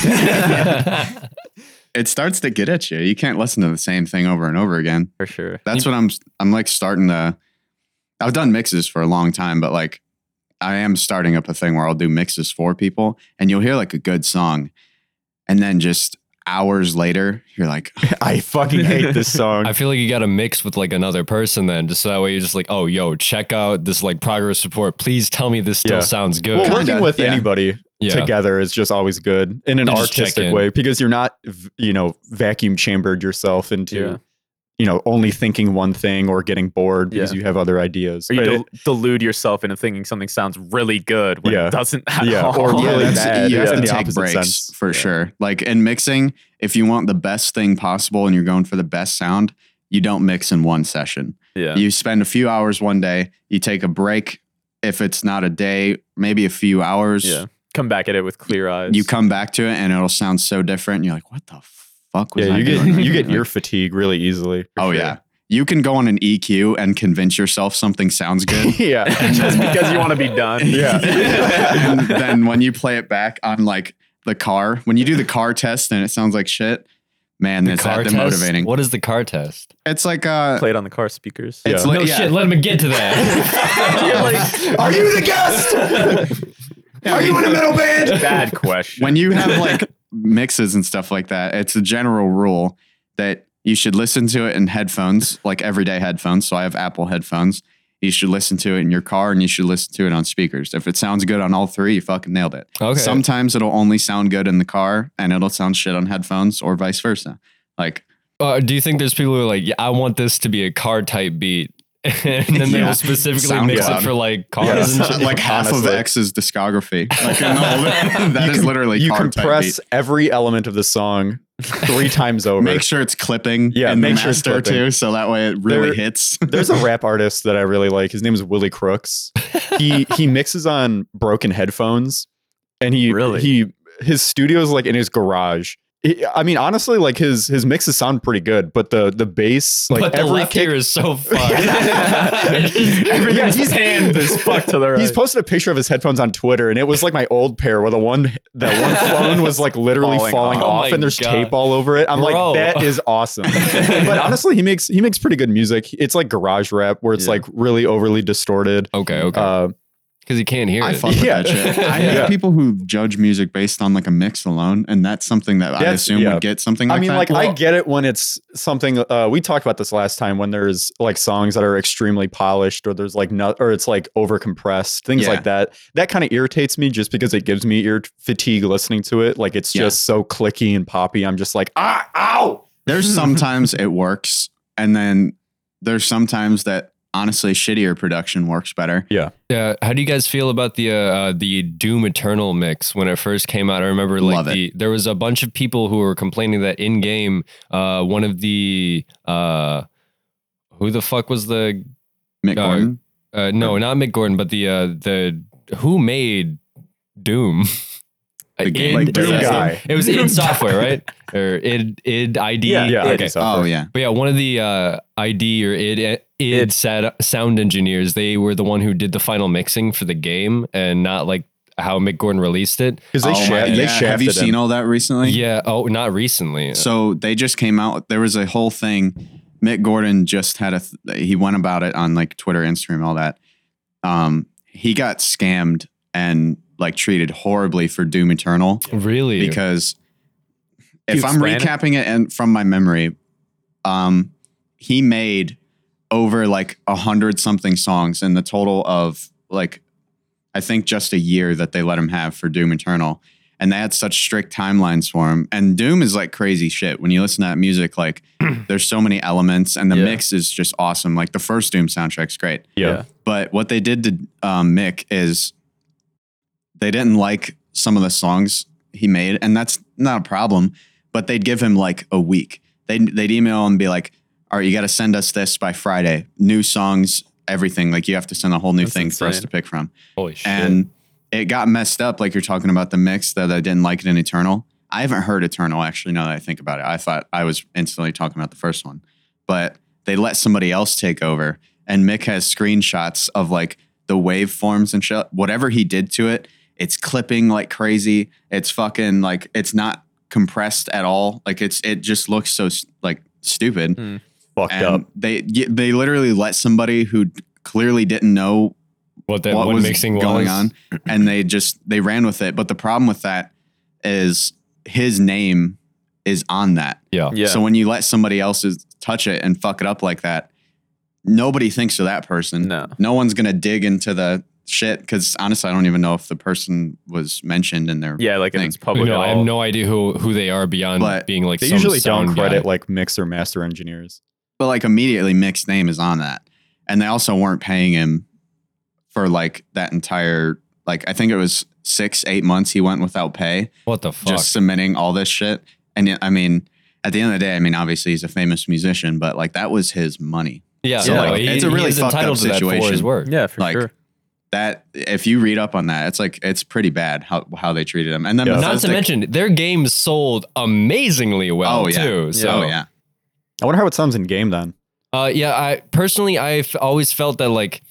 S4: it starts to get at you. You can't listen to the same thing over and over again.
S1: for sure.
S4: That's what I'm. I'm like starting to. I've done mixes for a long time, but like, I am starting up a thing where I'll do mixes for people, and you'll hear like a good song, and then just hours later, you're like,
S3: I fucking hate this song.
S2: I feel like you got to mix with like another person then, just so that way you're just like, oh, yo, check out this like progress report. Please tell me this still
S3: Yeah.
S2: sounds good.
S3: well, working
S4: Kinda,
S3: with
S4: yeah.
S3: anybody
S2: yeah.
S3: together is just always good in an
S2: You just check
S3: artistic
S2: in.
S3: way because you're not, v- you know, vacuum chambered yourself into,
S1: Yeah.
S3: you know, only thinking one thing or getting bored because
S1: Yeah.
S3: you have other ideas.
S1: Or you
S3: But it-
S1: del- delude yourself into thinking something sounds really good when
S3: Yeah.
S1: it doesn't at
S3: Yeah,
S1: all.
S3: or
S4: Yeah,
S3: Oh, really
S4: that's-
S3: bad.
S4: You
S1: Yeah.
S3: It's
S4: have
S3: in
S4: to
S3: the
S4: take
S3: opposite
S4: breaks
S3: sense.
S4: for
S1: Yeah.
S4: sure. Like in mixing, if you want the best thing possible and you're going for the best sound, you don't mix in one session.
S1: Yeah.
S4: You spend a few hours one day, you take a break. If it's not a day, maybe a few hours,
S1: yeah. Come back at it with clear eyes.
S4: you come back to it and it'll sound so different. And you're like, what the fuck was
S3: yeah,
S4: I
S3: you
S4: doing?
S3: get you get
S4: Like,
S3: ear fatigue really easily. for
S4: Oh,
S3: sure.
S4: yeah. You can go on an EQ and convince yourself something sounds good.
S3: yeah.
S1: just because you want to be done.
S3: Yeah.
S4: and then when you play it back on like the car, when you do the car test and it sounds like shit, man, it's that demotivating.
S2: What is the car test?
S4: It's like uh
S1: Played on the car speakers.
S4: it's
S3: Yeah.
S4: like
S2: no
S4: yeah.
S2: shit. Let him get to that.
S4: Are you the guest? Are you in a metal band?
S1: Bad question.
S4: When you have like mixes and stuff like that, it's a general rule that you should listen to it in headphones, like everyday headphones. So I have Apple headphones. You should listen to it in your car and you should listen to it on speakers. If it sounds good on all three, you fucking nailed it.
S2: okay.
S4: Sometimes it'll only sound good in the car and it'll sound shit on headphones or vice versa. Like,
S2: Uh, do you think there's people who are like, yeah, I want this to be a car type beat, and then
S4: Yeah.
S2: they'll specifically mix it
S4: SoundCloud.
S2: for like cars and shit?
S4: like half of
S3: Honestly.
S4: X's discography. Like, no, that is literally
S3: you
S4: car type
S3: compress every element of the song three times over.
S4: Make sure it's clipping
S3: Yeah,
S4: in
S3: make
S4: the
S3: sure it's
S4: master
S3: clipping.
S4: too, so that way it really
S3: There-
S4: hits.
S3: There's a rap artist that I really like. His name is Willie Crooks. He he mixes on broken headphones, and he
S1: Really?
S3: he his studio is like in his garage. He- I mean, honestly, like his his mixes sound pretty good, but the the bass, like
S2: but the
S3: every
S2: left
S3: kick,
S2: ear is so fucked.
S3: Yeah, he's hand
S1: as fuck to the right.
S3: He's
S2: uh,
S3: posted a picture of his headphones on Twitter, and it was like my old pair, where the one that one phone was like literally falling,
S1: Falling
S2: off.
S3: off,
S2: Oh my
S3: and there's
S2: God.
S3: tape all over it. I'm
S2: Bro.
S3: like, that is awesome. but honestly, he makes he makes pretty good music. It's like garage rap, where it's
S1: Yeah.
S3: like really overly distorted.
S2: okay, okay,
S3: Uh,
S2: because you can't hear
S4: I
S2: it.
S4: fuck with
S3: Yeah.
S4: that shit. I
S2: Yeah.
S4: hate people who judge music based on like a mix alone, and that's something that I
S3: That's-
S4: assume
S3: yeah.
S4: would get something. Like
S3: I mean,
S4: that.
S3: like I get it when it's something. Uh, we talked about this last time when there's like songs that are extremely polished, or there's like no, or it's like over compressed things
S4: Yeah.
S3: like that. That kind of irritates me just because it gives me ear fatigue listening to it. Like it's
S4: Yeah.
S3: just so clicky and poppy. I'm just like ah ow.
S4: there's sometimes it works, and then there's sometimes that honestly shittier production works better.
S2: Yeah, how do you guys feel about the uh, uh, the Doom Eternal mix when it first came out? I remember like
S4: Love it.
S2: the there was a bunch of people who were complaining that in game, uh, one of the uh, who the fuck was the
S4: Mick
S2: Uh,
S4: Gordon,
S2: uh, no not Mick Gordon but the uh, the who made Doom.
S4: The
S2: In-
S4: game- like
S3: Doom
S2: that's
S3: guy.
S2: it. It was in software, right? Or id id ID.
S1: Yeah,
S3: Yeah, I
S1: Id.
S3: do
S4: oh
S3: suffer.
S4: yeah,
S2: But yeah, one of the uh, ID or id uh, id,
S1: Id.
S2: sad, sound engineers, they were the one who did the final mixing for the game, and not like how Mick Gordon released it.
S3: because they,
S4: oh,
S3: sha-
S4: my-
S3: they
S4: yeah.
S3: shafted
S4: Have you
S3: him.
S4: seen all that recently?
S2: yeah. Oh, not recently.
S4: So they just came out. There was a whole thing. Mick Gordon just had a. Th- he went about it on like Twitter, Instagram, all that. Um, he got scammed and like treated horribly for Doom Eternal
S2: really?
S4: because
S1: Can
S4: if
S1: you
S4: I'm
S1: explain it?
S4: recapping it and from my memory, um, he made over like a hundred something songs in the total of like I think just a year that they let him have for Doom Eternal. And they had such strict timelines for him. And Doom is like crazy shit. When you listen to that music, like there's so many elements and the
S1: Yeah.
S4: mix is just awesome. Like the first Doom soundtrack's great.
S3: Yeah.
S4: But what they did to um, Mick is they didn't like some of the songs he made, and that's not a problem. But they'd give him like a week. They'd they'd email and be like, "All right, you got to send us this by Friday. New songs, everything. Like you have to send a whole new
S1: That's
S4: thing for us
S1: insane.
S4: to pick from."
S2: holy shit.
S4: And it got messed up, like you're talking about the mix that I didn't like it in Eternal. I haven't heard Eternal actually. Now that I think about it, I thought I was instantly talking about the first one, but they let somebody else take over. And Mick has screenshots of like the waveforms and shit. Whatever he did to it, it's clipping like crazy. It's fucking like it's not compressed at all. Like it's it just looks so s- like stupid.
S3: Mm. fucked up.
S4: And they y- they literally let somebody who clearly didn't know
S2: what that
S4: what
S2: one
S4: was
S2: mixing
S4: going
S2: was.
S4: on, and they just they ran with it. But the problem with that is his name is on that.
S2: Yeah.
S1: yeah.
S4: So when you let somebody else's touch it and fuck it up like that, nobody thinks of that person.
S1: no.
S4: one's gonna dig into the shit because honestly, I don't even know if the person was mentioned in their
S1: Yeah, like if
S4: Thing.
S1: it's public.
S2: no,
S1: at
S2: I
S1: all.
S2: have no idea who who they are beyond
S4: But
S2: being like.
S3: They
S2: some
S3: usually don't
S2: sound
S3: credit
S2: guy.
S3: like mix or master engineers.
S4: but like immediately Mick's name is on that. And they also weren't paying him for like that entire like I think it was six, eight months he went without pay.
S2: what the fuck.
S4: just cementing all this shit. And yet- I mean, at the end of the day, I mean, obviously he's a famous musician, but like that was his money.
S2: Yeah,
S1: So,
S2: no,
S1: like,
S2: he-
S4: it's a really
S2: he's
S4: fucked up
S2: entitled to that for his
S4: situation.
S2: work.
S1: Yeah, for
S4: Like,
S1: sure.
S4: That if you read up on that, it's like it's pretty bad how how they treated him. And then
S3: Yeah.
S2: Not to
S4: Bethesda-
S2: mention, their game sold amazingly well
S4: Oh, yeah.
S2: too. So
S4: oh yeah,
S3: I wonder how it sounds in game then.
S2: Uh, yeah, I personally, I've always felt that like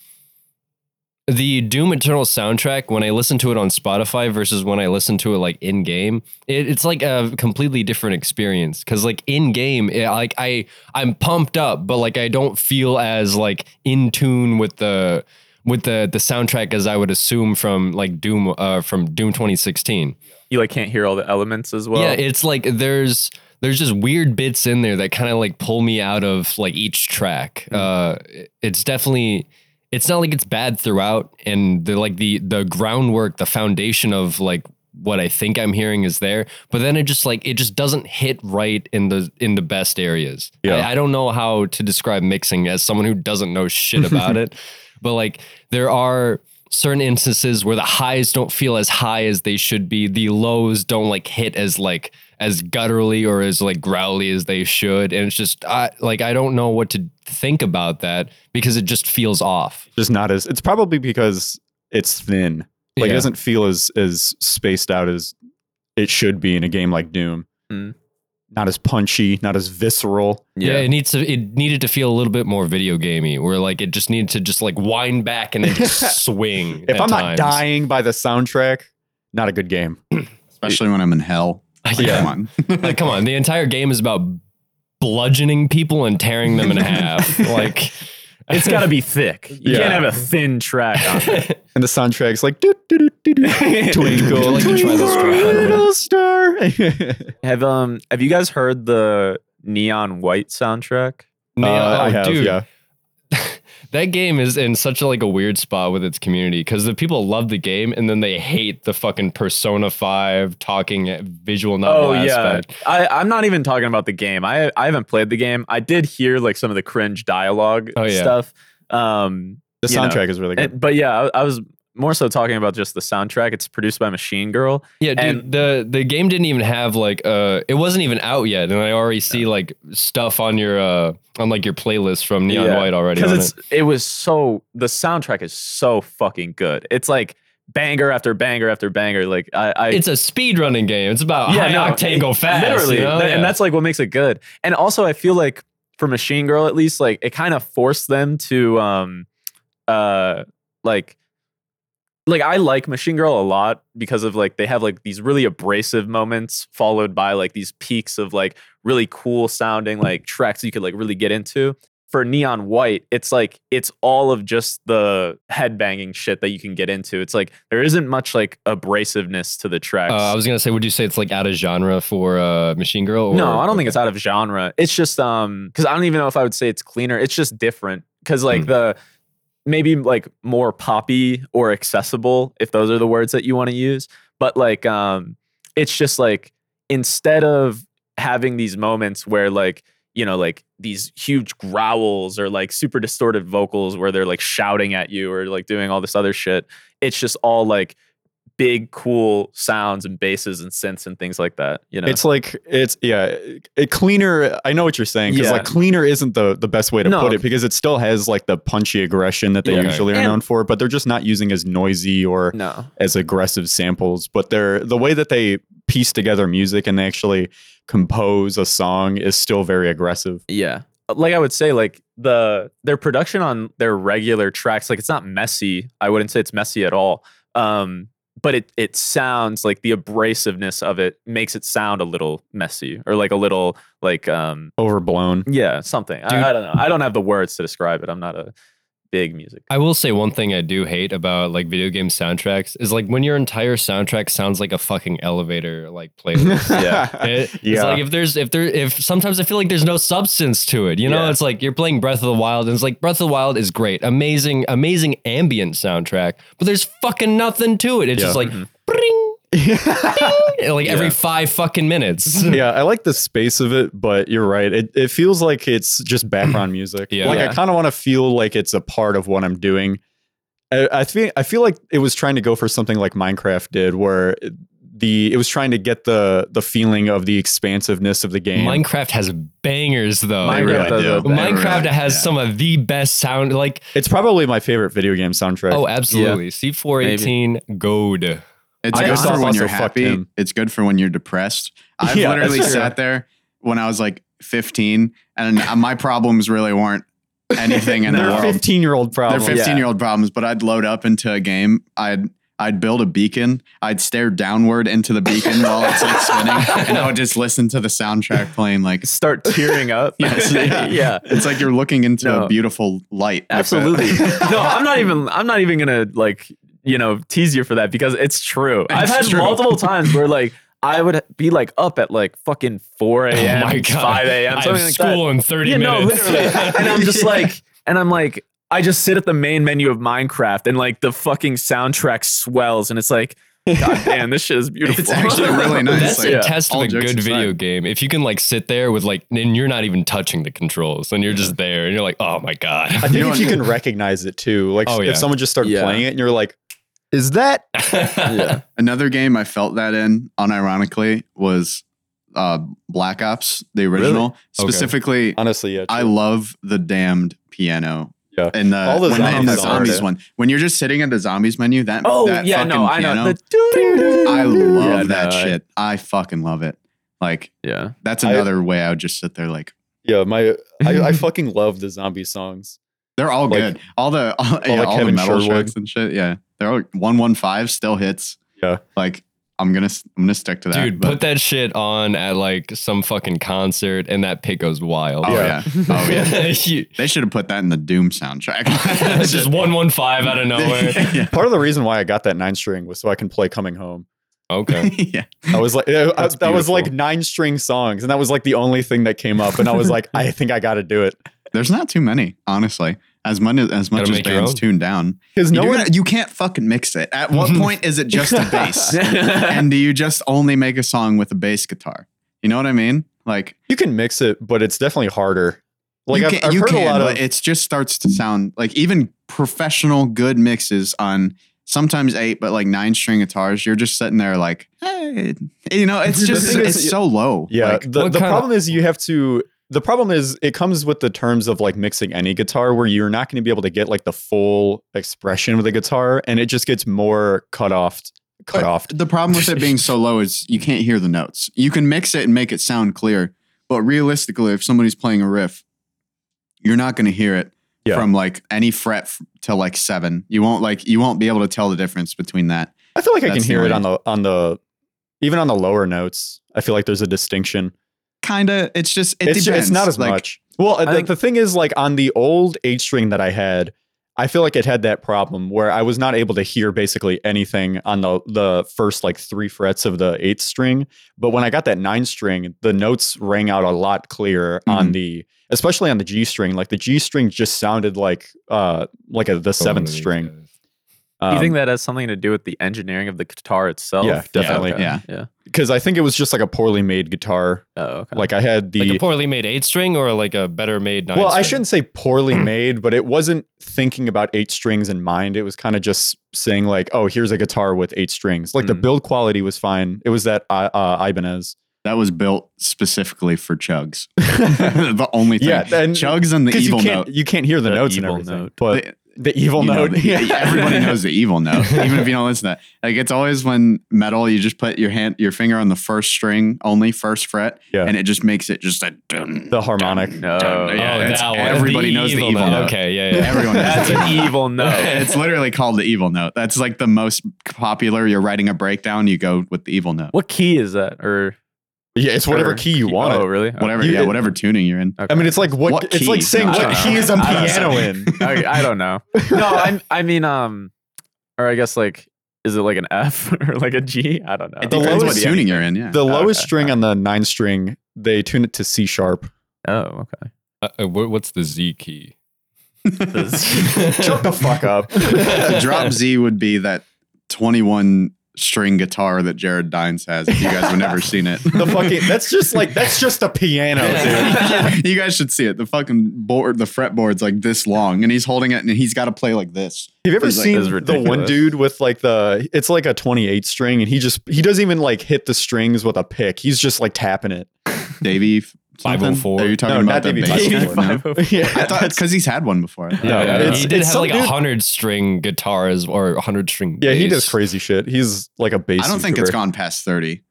S2: the Doom Eternal soundtrack, when I listen to it on Spotify versus when I listen to it like in game, it, it's like a completely different experience. Cause like in game, it, like I I'm pumped up, but like I don't feel as like in tune with the with the the soundtrack as I would assume from like Doom uh from Doom 2016.
S1: You like can't hear all the elements as well.
S2: Yeah, it's like there's there's just weird bits in there that kind of like pull me out of like each track.
S1: Hmm.
S2: Uh, it- it's definitely it's not like it's bad throughout, and the like the the groundwork, the foundation of like what I think I'm hearing is there, but then it just like it just doesn't hit right in the in the best areas.
S3: Yeah.
S2: I, I don't know how to describe mixing as someone who doesn't know shit about it, but like there are certain instances where the highs don't feel as high as they should be the lows don't like hit as like as gutturally or as like growly as they should and it's just I, like i don't know what to think about that because it just feels off
S3: Just not as. It's probably because it's thin. Like it
S2: Yeah.
S3: doesn't feel as as spaced out as it should be in a game like Doom.
S2: Hmm.
S1: Mm.
S3: Not as punchy, not as visceral.
S2: yeah. it needs to it needed to feel a little bit more video gamey where like it just needed to just like wind back and then just swing
S3: If
S2: at
S3: I'm not
S2: times.
S3: dying by the soundtrack, not a good game.
S4: especially when I'm in hell. Like,
S2: Yeah.
S4: come on.
S2: like come on the entire game is about bludgeoning people and tearing them in half like
S1: it's got to be thick. You
S3: Yeah.
S1: can't have a thin track on it.
S3: And the soundtrack's like doo, doo, doo, doo, doo, twinkle,
S2: Like you try this
S3: twinkle,
S2: track.
S3: little star.
S1: Have um have you guys heard the Neon White soundtrack?
S2: Man,
S3: Uh, I
S2: oh,
S3: have,
S2: dude,
S3: yeah.
S2: that game is in such a, like a weird spot with its community because the people love the game and then they hate the fucking Persona Five talking visual novel
S1: Oh,
S2: aspect.
S1: I, I'm not even talking about the game. I I haven't played the game. I did hear like some of the cringe dialogue
S2: Oh, yeah.
S1: stuff. Um,
S3: The
S1: you know,
S3: soundtrack is really good.
S1: and- but yeah, I, I was more so talking about just the soundtrack. It's produced by Machine Girl.
S2: Yeah, dude,
S1: And-
S2: the the game didn't even have like uh, it wasn't even out yet, and I already see like stuff on your uh on like your playlist from Neon
S1: Yeah,
S2: White already.
S1: because
S2: on
S1: it's
S2: it.
S1: it was so the soundtrack is so fucking good. It's like banger after banger after banger. Like I, I
S2: it's a speed running game. It's about yeah, high octane
S1: it-
S2: go fast.
S1: Literally.
S2: you know?
S1: Th-
S2: Yeah.
S1: And that's like what makes it good. And also I feel like for Machine Girl at least, like it kind of forced them to um uh like like I like Machine Girl a lot because of like they have like these really abrasive moments followed by like these peaks of like really cool sounding like tracks you could like really get into. For Neon White, it's like it's all of just the headbanging shit that you can get into. It's like there isn't much like abrasiveness to the tracks.
S2: Uh, I was gonna say, would you say it's like out of genre for uh, Machine Girl? Or,
S1: No, I don't think it's out of genre. It's just um because I don't even know if I would say it's cleaner. It's just different because like
S2: Hmm.
S1: the maybe like more poppy or accessible if those are the words that you want to use. But like um it's just like instead of having these moments where like you know like these huge growls or like super distorted vocals where they're like shouting at you or like doing all this other shit it's just all like big cool sounds and basses and synths and things like that you know
S3: It's like it's yeah, it cleaner. I know what you're saying because
S1: Yeah.
S3: like cleaner isn't the the best way to
S1: No.
S3: put it because it still has like the punchy aggression that they
S2: Yeah.
S3: usually are
S1: And-
S3: known for, but they're just not using as noisy or
S1: no
S3: as aggressive samples. But they're the way that they piece together music and they actually compose a song is still very aggressive.
S1: Yeah. Like I would say, like the their production on their regular tracks, like it's not messy. I wouldn't say it's messy at all. Um, but it it sounds like the abrasiveness of it makes it sound a little messy or like a little like um
S3: Overblown.
S1: yeah, something.
S2: Dude.
S1: I, I don't know. I don't have the words to describe it. I'm not a big music.
S2: I will say one thing I do hate about like video game soundtracks is like when your entire soundtrack sounds like a fucking elevator like playlist.
S1: Yeah.
S2: It- It's
S3: Yeah.
S2: like if there's if there if sometimes I feel like there's no substance to it. You know,
S1: Yeah.
S2: it's like you're playing Breath of the Wild and it's like Breath of the Wild is great, amazing, amazing ambient soundtrack, but there's fucking nothing to it. It's
S3: Yeah.
S2: just like
S1: Mhm.
S2: bring like every
S1: Yeah.
S2: five fucking minutes.
S3: yeah, I like the space of it, but you're right. It, it feels like it's just background music.
S2: Yeah.
S3: Like
S1: Yeah.
S3: I kind of want to feel like it's a part of what I'm doing. I, I think I feel like it was trying to go for something like Minecraft did, where the it was trying to get the the feeling of the expansiveness of the game.
S2: Minecraft has bangers though.
S1: Minecraft
S3: really
S1: does
S3: do.
S1: a banger.
S2: Minecraft has
S4: Yeah.
S2: some of the best sound. Like,
S3: It's probably my favorite video game soundtrack.
S2: oh, absolutely. C418 goad.
S4: It's
S1: I
S4: good
S1: also-
S4: for when
S3: also
S4: you're
S3: fucked
S4: happy.
S3: him.
S4: It's good for when you're depressed. I
S3: Yeah,
S4: have
S3: that's
S4: literally
S3: true.
S4: sat there when I was like 15, and uh, my problems really weren't anything in the
S3: they're
S4: world.
S3: 15 year old
S4: They're
S3: problems.
S4: 15 year old problems, but I'd load up into a game. I'd I'd build a beacon. I'd stare downward into the beacon while it's like spinning, and I would just listen to the soundtrack playing. Like
S1: Start tearing up.
S4: Yes.
S1: yeah.
S4: it's like you're looking into
S1: No.
S4: a beautiful light. I bet.
S1: Absolutely. no, I'm not even I'm not even gonna like, you know, tease you for that because it's true. I've
S4: It's
S1: had
S4: true.
S1: multiple times where like I would be like up at like fucking 4 a.m.
S2: oh my god.
S1: 5 a.m.
S2: I
S1: something
S2: have
S1: like that.
S2: school in 30
S1: yeah,
S2: minutes.
S1: no, literally. and I'm just like, and I'm like, I just sit at the main menu of Minecraft, and like the fucking soundtrack swells, and it's like, God damn, this shit is beautiful.
S4: It's actually really nice.
S2: That's
S4: like,
S2: a test of
S4: all
S2: a
S4: jokes
S2: good video
S4: aside.
S2: game. If you can like sit there with like, and you're not even touching the controls, and you're just there, and you're like, oh my god.
S3: I think
S4: You
S3: if
S4: don't-
S3: you can recognize it too, like
S2: Oh, yeah.
S3: if someone just started
S1: Yeah.
S3: playing it and you're like, is that?
S1: Yeah.
S4: Another game I felt that in, unironically, was uh, Black Ops, the original.
S2: Okay.
S4: Specifically,
S3: Honestly, yeah.
S4: I love the damned piano.
S3: Yeah.
S4: And the,
S3: All the
S4: when, in the
S3: zombies are
S4: zombies
S3: it.
S4: one. When you're just sitting at the zombies menu, that
S1: Oh
S4: that
S1: yeah,
S4: fucking
S1: no, I
S4: piano,
S1: know. The-
S4: I love
S1: Yeah, no,
S4: that
S1: I-
S4: shit. I fucking love it. Like
S1: Yeah,
S4: that's
S3: I-
S4: another way I would just sit there. Like
S3: yeah, my I, I fucking love the zombie songs.
S4: they're all
S3: Like,
S4: good. All the all, yeah,
S3: the
S4: all the
S3: Kevin
S4: metal
S3: Sherwood.
S4: tracks and shit. Yeah, they're all one one five still hits.
S3: Yeah.
S4: Like I'm gonna s- I'm gonna stick to that.
S2: Dude,
S4: but-
S2: put that shit on at like some fucking concert, and that pit goes wild.
S4: oh yeah. oh yeah.
S2: You-
S4: They should have put that in the Doom soundtrack.
S2: it's just one one five out of nowhere.
S4: yeah.
S3: Part of the reason why I got that nine string was so I can play Coming Home.
S2: Okay.
S4: yeah.
S3: I was like, I-
S4: That's
S3: that was like
S4: beautiful.
S3: nine string songs, and that was like the only thing that came up. And I was like, I think I got to do it
S4: There's not too many, honestly. As much as, as much
S2: Gotta
S4: as
S2: make your
S4: bands
S2: own.
S4: tune down,
S3: because
S4: you,
S3: no
S4: do
S3: one.
S4: gotta- you can't fucking mix it. At what point is it just a bass?
S1: yeah.
S4: and do you just only make a song with a bass guitar? You know what I mean? Like,
S3: You can mix it, but it's definitely harder. Like
S4: you
S3: I've,
S4: can-
S3: I've
S4: you
S3: heard
S4: can,
S3: a lot
S4: but
S3: of.
S4: it just starts to sound like even professional good mixes on sometimes eight, but like nine string guitars. You're just sitting there like, hey, you know, it's
S3: The
S4: just
S3: thing
S4: it's
S3: is-
S4: so low.
S3: yeah,
S4: Like,
S3: the,
S2: What
S3: the
S2: kind of-
S3: problem is you have to. The problem is it comes with the terms of like mixing any guitar, where you're not going to be able to get like the full expression of the guitar, and it just gets more cut off, cut
S4: But
S3: off.
S4: The problem with it being so low is you can't hear the notes. You can mix it and make it sound clear, but realistically, if somebody's playing a riff, you're not going to hear it
S3: Yeah.
S4: from like any fret f- to like seven. You won't like you won't be able to tell the difference between that.
S3: I feel like I can
S4: That's the
S3: hear it
S4: only-
S3: on the on the even on the lower notes. I feel like there's a distinction.
S4: Kinda, it's just it
S3: it's, ju-
S4: depends.
S3: it's not as
S4: like,
S3: much. Well, the,
S1: think-
S3: the thing is, like on the old eight string that I had, I feel like it had that problem where I was not able to hear basically anything on the the first like three frets of the eighth string. But when I got that nine string, the notes rang out a lot clearer on
S4: Mhm.
S3: the, especially on the G string. Like the G string just sounded like uh like a, the seventh
S2: Oh,
S3: string.
S1: Do you think
S3: Um,
S1: that has something to do with the engineering of the guitar itself?
S3: Yeah, definitely.
S1: okay.
S4: Yeah.
S1: yeah.
S3: because Um, I think it was just like a poorly made guitar.
S1: Oh, okay.
S3: Like I had the
S2: Like a poorly made eight string or like a better made nine
S3: well, I
S2: string?
S3: shouldn't say poorly made, but it wasn't thinking about eight strings in mind. It was kind of just saying like, "Oh, here's a guitar with eight strings." Like the
S4: Hmm.
S1: Mm.
S3: build quality was fine. It was that uh, uh, Ibanez.
S4: That was built specifically for chugs. the only thing,
S3: Yeah, and-
S4: chugs and the
S3: Because you
S4: evil
S3: can't
S4: note.
S3: you can't hear the,
S1: The
S3: notes and
S1: evil
S3: everything.
S1: note.
S3: But
S4: They-
S3: the, evil
S4: you know,
S3: note,
S4: the-
S3: yeah.
S4: everybody knows the evil note, even if you don't listen to that. Like it's always when metal, you just put your hand, your finger on the first string, only first fret,
S3: Yeah.
S4: and it just makes it just a dun,
S3: the harmonic.
S1: no.
S4: dun. Yeah,
S2: Oh,
S4: it's-
S2: that one.
S4: everybody knows the evil note.
S2: Okay, yeah, yeah.
S4: Everyone knows
S1: That's
S4: the
S1: an
S4: evil note.
S1: evil no.
S4: It's literally called the evil note. That's like the most popular. You're writing a breakdown, you go with the evil note.
S1: What key is that? Or
S3: Yeah, it's whatever
S1: or-
S3: key you want.
S1: Oh,
S3: it.
S1: really?
S4: Whatever,
S3: You- Uh,
S4: yeah, whatever tuning you're in.
S3: I mean, it's like what,
S4: What
S3: it's like
S4: key?
S3: saying
S4: No, I
S3: what
S4: don't
S3: key
S4: know.
S3: is a
S1: I don't
S3: piano
S1: know.
S3: in.
S1: I, I don't know. No, I'm, I mean, um, or I guess like, is it like an F or like a G? I don't know.
S4: It
S3: The
S4: depends what
S3: lowest-
S4: tuning you're in. Yeah,
S3: The lowest
S1: okay.
S3: string on the nine string, they tune it to C sharp.
S1: Oh, okay.
S2: Uh, uh, what- what's the Z key?
S1: This-
S3: Shut the fuck up.
S4: drop Z would be that 21 string guitar that Jared Dines has. If you guys have never seen it,
S3: The fucking that's just like that's just a piano, dude.
S4: you guys should see it. The fucking board, the fretboard's like this long, and he's holding it, and he's got to play like this.
S3: Have you ever
S4: It's like-
S3: seen
S1: it's
S3: the one
S1: ridiculous.
S3: dude with like the it's like a 28 string and he just he doesn't even like hit the strings with a pick. He's just like tapping it.
S4: Davey f- something?
S2: 504.
S4: Are you talking
S3: oh No,
S4: about
S3: not
S4: the
S3: Davey
S4: bass
S3: 504,
S4: player? No?
S3: yeah.
S4: I thought because he's had one before.
S3: No,
S2: Yeah,
S3: it's-
S2: he did
S3: it's
S2: have
S3: some
S2: like a
S3: dude-
S2: hundred string guitars or a hundred string.
S3: yeah, he
S2: bass.
S3: does crazy shit. He's like a bass.
S4: I don't think it's
S3: YouTuber.
S4: gone past thirty.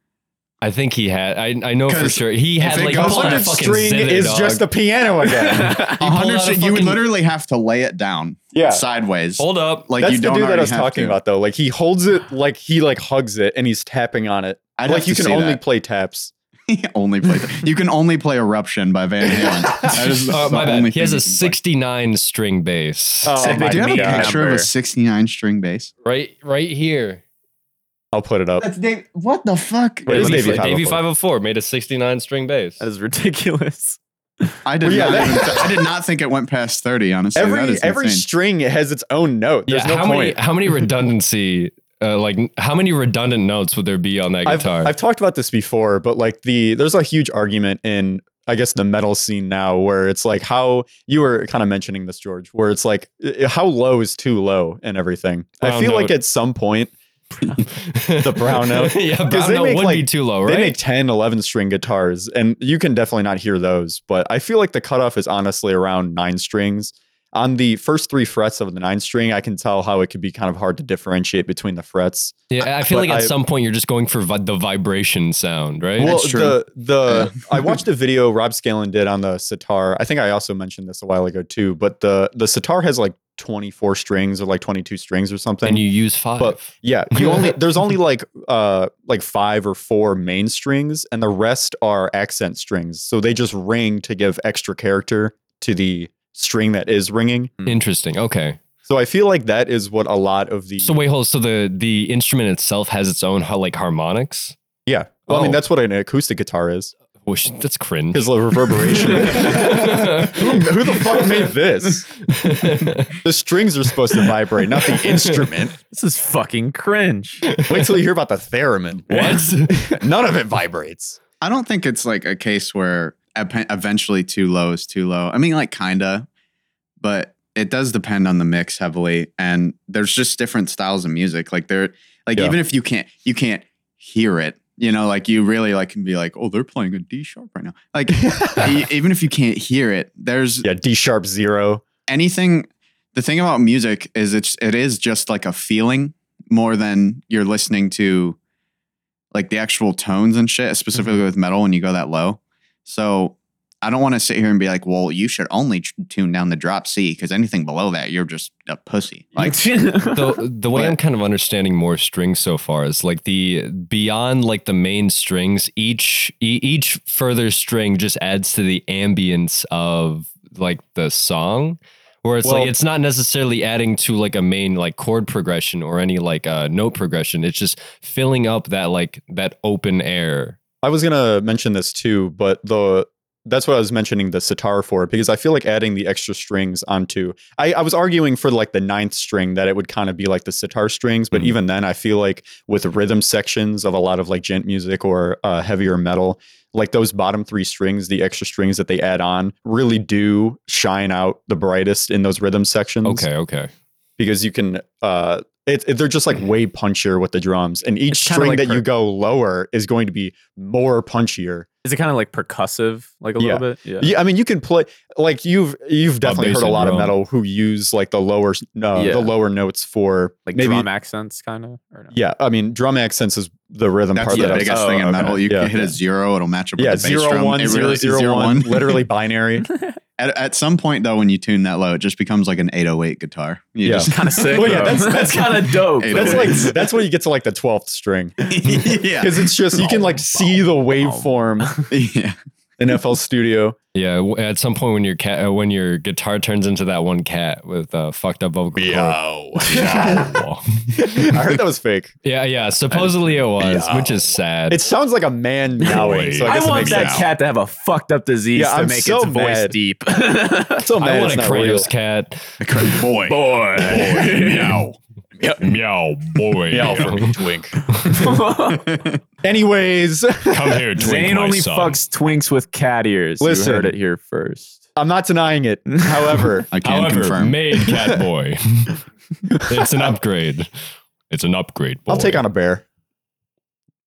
S2: I think he had. I, I know for
S4: 'Cause
S2: sure he had
S4: it
S2: like
S4: goes
S2: a
S4: on
S2: fucking
S4: a
S3: 100 string
S2: zither,
S3: is
S2: dog.
S3: just the piano again.
S4: A
S2: pulled
S4: hundred
S2: out a
S4: string- You would
S2: fucking-
S4: literally have to lay it down
S3: yeah.
S4: sideways.
S2: hold up. Uh,
S4: Like
S3: That's
S4: you
S3: the
S4: don't
S3: dude that I
S4: already
S3: was
S4: have
S3: talking
S4: to.
S3: about though. Like he holds it like he like hugs it and he's tapping on it.
S4: I'd
S3: like
S4: have
S3: you
S4: to
S3: can
S4: see
S3: only
S4: that.
S3: play taps.
S4: only play. You can only play Eruption by Van Halen. That is
S2: Uh,
S4: the
S2: my
S4: only
S2: bad. He
S4: thing
S2: has
S4: you
S2: a
S4: can
S2: 69
S4: play.
S2: string bass.
S3: Oh
S1: Sick.
S3: my
S4: Do you have a
S1: God.
S4: picture of a
S1: Number.
S4: 69 string bass?
S2: right right here.
S3: I'll put it up.
S4: That's Dave. What the fuck?
S3: Wait,
S1: is
S2: Davey- oh
S1: Davey
S2: Davey
S3: 504?
S2: 504 made a 69 string bass.
S1: That is ridiculous.
S4: I did,
S3: Well, yeah,
S4: not
S3: that-
S4: even th- I did not think it went past 30, honestly. that
S3: Every
S4: is
S3: every
S4: insane.
S3: string has its own note. There's no
S2: how
S3: point.
S2: many how many redundancy uh, like how many redundant notes would there be on that
S3: I've,
S2: guitar?
S3: I've talked about this before, but like the there's a huge argument in I guess the metal scene now where it's like how you were kind of mentioning this George, where it's like i- how low is too low and everything. I
S2: Brown
S3: feel like
S2: note.
S3: at some point the brown note.
S2: yeah,
S3: Because
S2: brown
S3: they
S2: note
S3: make,
S2: would be
S3: like-
S2: too low,
S3: they
S2: right?
S3: make 10 11 string guitars and you can definitely not hear those, but I feel like the cutoff is honestly around 9 strings. On the first 3 frets of the 9 string, I can tell how it could be kind of hard to differentiate between the frets.
S2: yeah, I feel
S3: but
S2: like at
S3: I-
S2: some point you're just going for vi- the vibration sound, right?
S3: Well,
S4: That's true.
S3: the the I watched a video Rob Scalen did on the sitar. I think I also mentioned this a while ago too. But the the sitar has like twenty four strings or like twenty two strings or something.
S2: and you use five.
S3: but yeah, you only there's only like uh like five or four main strings, and the rest are accent strings. So they just ring to give extra character to the string that is ringing.
S4: Hmm.
S2: Interesting. Okay.
S3: So I feel like that is what a lot of the
S2: So wait, hold. So the the instrument itself has its own ho- like harmonics,
S3: yeah. Well, I mean
S2: Oh.
S3: that's what an acoustic guitar is
S2: which that's cringe.
S3: because the reverberation. Who, who the fuck made this? The strings are supposed to vibrate, not the instrument.
S1: This is fucking cringe.
S3: Wait till you hear about the theremin.
S2: what?
S3: None of it vibrates.
S4: I don't think it's like a case where ep- eventually too low is too low. I mean, like, kinda, but it does depend on the mix heavily. And there's just different styles of music. Like, they're like,
S3: Yeah.
S4: even if you can't, you can't hear it. You know, like you really like can be like, oh, they're playing a D sharp right now. Like, e- even if you can't hear it, there's
S3: Yeah, D sharp zero.
S4: anything the thing about music is it's it is just like a feeling more than you're listening to like the actual tones and shit specifically
S3: Mm-hmm.
S4: with metal when you go that low so i don't want to sit here and be like well you should only t- tune down the drop c because anything below that you're just a pussy like
S2: the the way
S4: But-
S2: I'm kind of understanding more strings so far is like the beyond like the main strings, each e- each further string just adds to the ambience of like the song. Where it's
S3: Well-
S2: like it's not necessarily adding to like a main like chord progression or any like uh note progression. It's just filling up that like that open air.
S3: I was gonna mention this too, but the that's what I was mentioning the sitar for because I feel like adding the extra strings onto. I, I was arguing for like the ninth string that it would kind of be like the sitar strings, but
S2: Mhm.
S3: even then, I feel like with rhythm sections of a lot of like gent music or uh, heavier metal, like those bottom three strings, the extra strings that they add on really do shine out the brightest in those rhythm sections.
S2: Okay, okay.
S3: because you can uh it, it- they're just like way punchier with the drums and each
S1: It's kinda
S3: string
S1: like
S3: that you
S1: per-
S3: go lower is going to be more punchier
S1: Is it kind of like percussive, like a
S3: Yeah.
S1: little bit? Yeah.
S3: yeah i mean you can play like you've you've definitely
S2: bass
S3: heard a
S2: and
S3: lot of
S2: drum.
S3: metal who use like the lower s- no
S1: Yeah.
S3: the lower notes for
S1: Like
S3: maybe
S1: drum accents, kind of. Or no?
S3: yeah i mean drum accents is the rhythm
S4: that's
S3: part
S4: the
S3: that I was-
S4: biggest
S1: oh,
S4: thing in
S1: okay.
S4: metal you
S3: Yeah.
S4: can hit a zero it'll match up
S3: yeah
S4: with the bass
S3: zero
S4: drum
S3: one
S4: it
S3: zero
S4: really-
S3: zero one literally binary
S4: at, at some point though when you tune that low it just becomes like an 808 guitar you
S3: Yeah.
S4: just
S1: Kind of sick.
S3: Well, yeah,
S1: though.
S3: that's- that's-
S1: kind of dope.
S4: Hey,
S3: that's like that's when you get to like the 12th string
S4: yeah
S3: because it's just you can like see the waveform
S4: yeah
S3: in fl studio
S2: Yeah, w- at some point when your cat uh, when your guitar turns into that one cat with uh, fucked up vocal cords.
S3: i heard that was fake
S2: Yeah, yeah. Supposedly it was, which is sad.
S3: It sounds like a man meowing. So I,
S1: I,
S3: guess it
S1: want
S3: makes
S1: that
S3: sense.
S1: cat to have a fucked up disease
S3: Yeah,
S1: to
S3: I'm
S1: make
S3: so
S1: its voice
S3: mad.
S1: deep.
S3: So
S2: I
S3: mad
S2: want
S3: it's
S2: a
S3: not real.
S2: Kratos cat.
S4: boy
S1: Boy.
S4: now
S2: Meow, boy.
S3: Meow for me, twink. Anyways,
S2: Come here,
S1: Zane only fucks twinks with cat ears.
S3: Listen.
S1: you heard it here first.
S3: I'm not denying it. However,
S4: I can confirm.
S2: made cat boy. it's an upgrade. It's an upgrade.
S3: I'll take on a bear.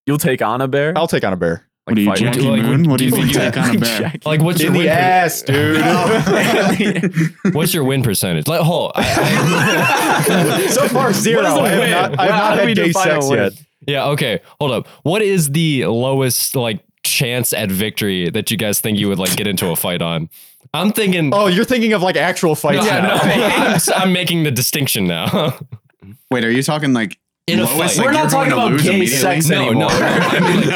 S1: You'll take on a bear.
S3: I'll take on a bear.
S4: what are you,
S1: fight-
S4: Jackie
S2: Like,
S4: Moon? What do you
S2: do
S4: think
S2: you-
S4: take on a bear?
S2: Like, what's your
S3: In the
S2: win? per-
S3: ass, dude.
S2: what's your win percentage? Like, hold. I, I,
S3: so far, zero.
S1: What is a
S3: I
S1: win?
S3: have not, I have
S1: How
S3: not
S1: do we
S3: had gay
S1: define a
S3: sex
S1: win?
S3: yet.
S2: yeah. Okay. Hold up. What is the lowest like chance at victory that you guys think you would like get into a fight on? I'm thinking.
S3: Oh, you're thinking of like actual fights
S2: yeah,
S3: now.
S2: no, I'm, I'm making the distinction now.
S4: Wait, are you talking like
S2: In a
S4: lowest,
S2: fight. We're
S4: like,
S1: not talking
S4: you're going
S1: about
S4: to lose
S1: gay
S4: immediately?
S1: sex
S2: No, no. I mean,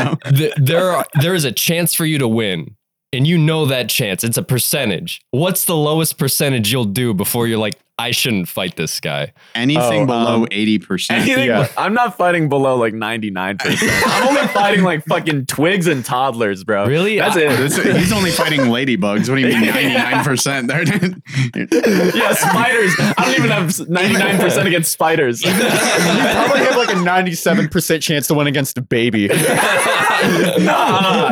S2: like, th- there, are, there is a chance for you to win, and you know that chance. It's a percentage. What's the lowest percentage you'll do before you're like, I shouldn't fight this guy?
S4: Anything
S3: Oh,
S4: below
S3: um,
S4: eighty percent.
S1: Anything,
S3: Yeah.
S1: I'm not fighting below like 99. percent I'm only fighting like fucking twigs and toddlers, bro.
S2: Really?
S1: That's
S2: I-
S1: it.
S4: He's only fighting ladybugs. What do you mean ninety nine percent?
S1: yeah, spiders. I don't even have 99 percent against spiders.
S3: You probably have like a 97% chance to win against a baby.
S1: nah,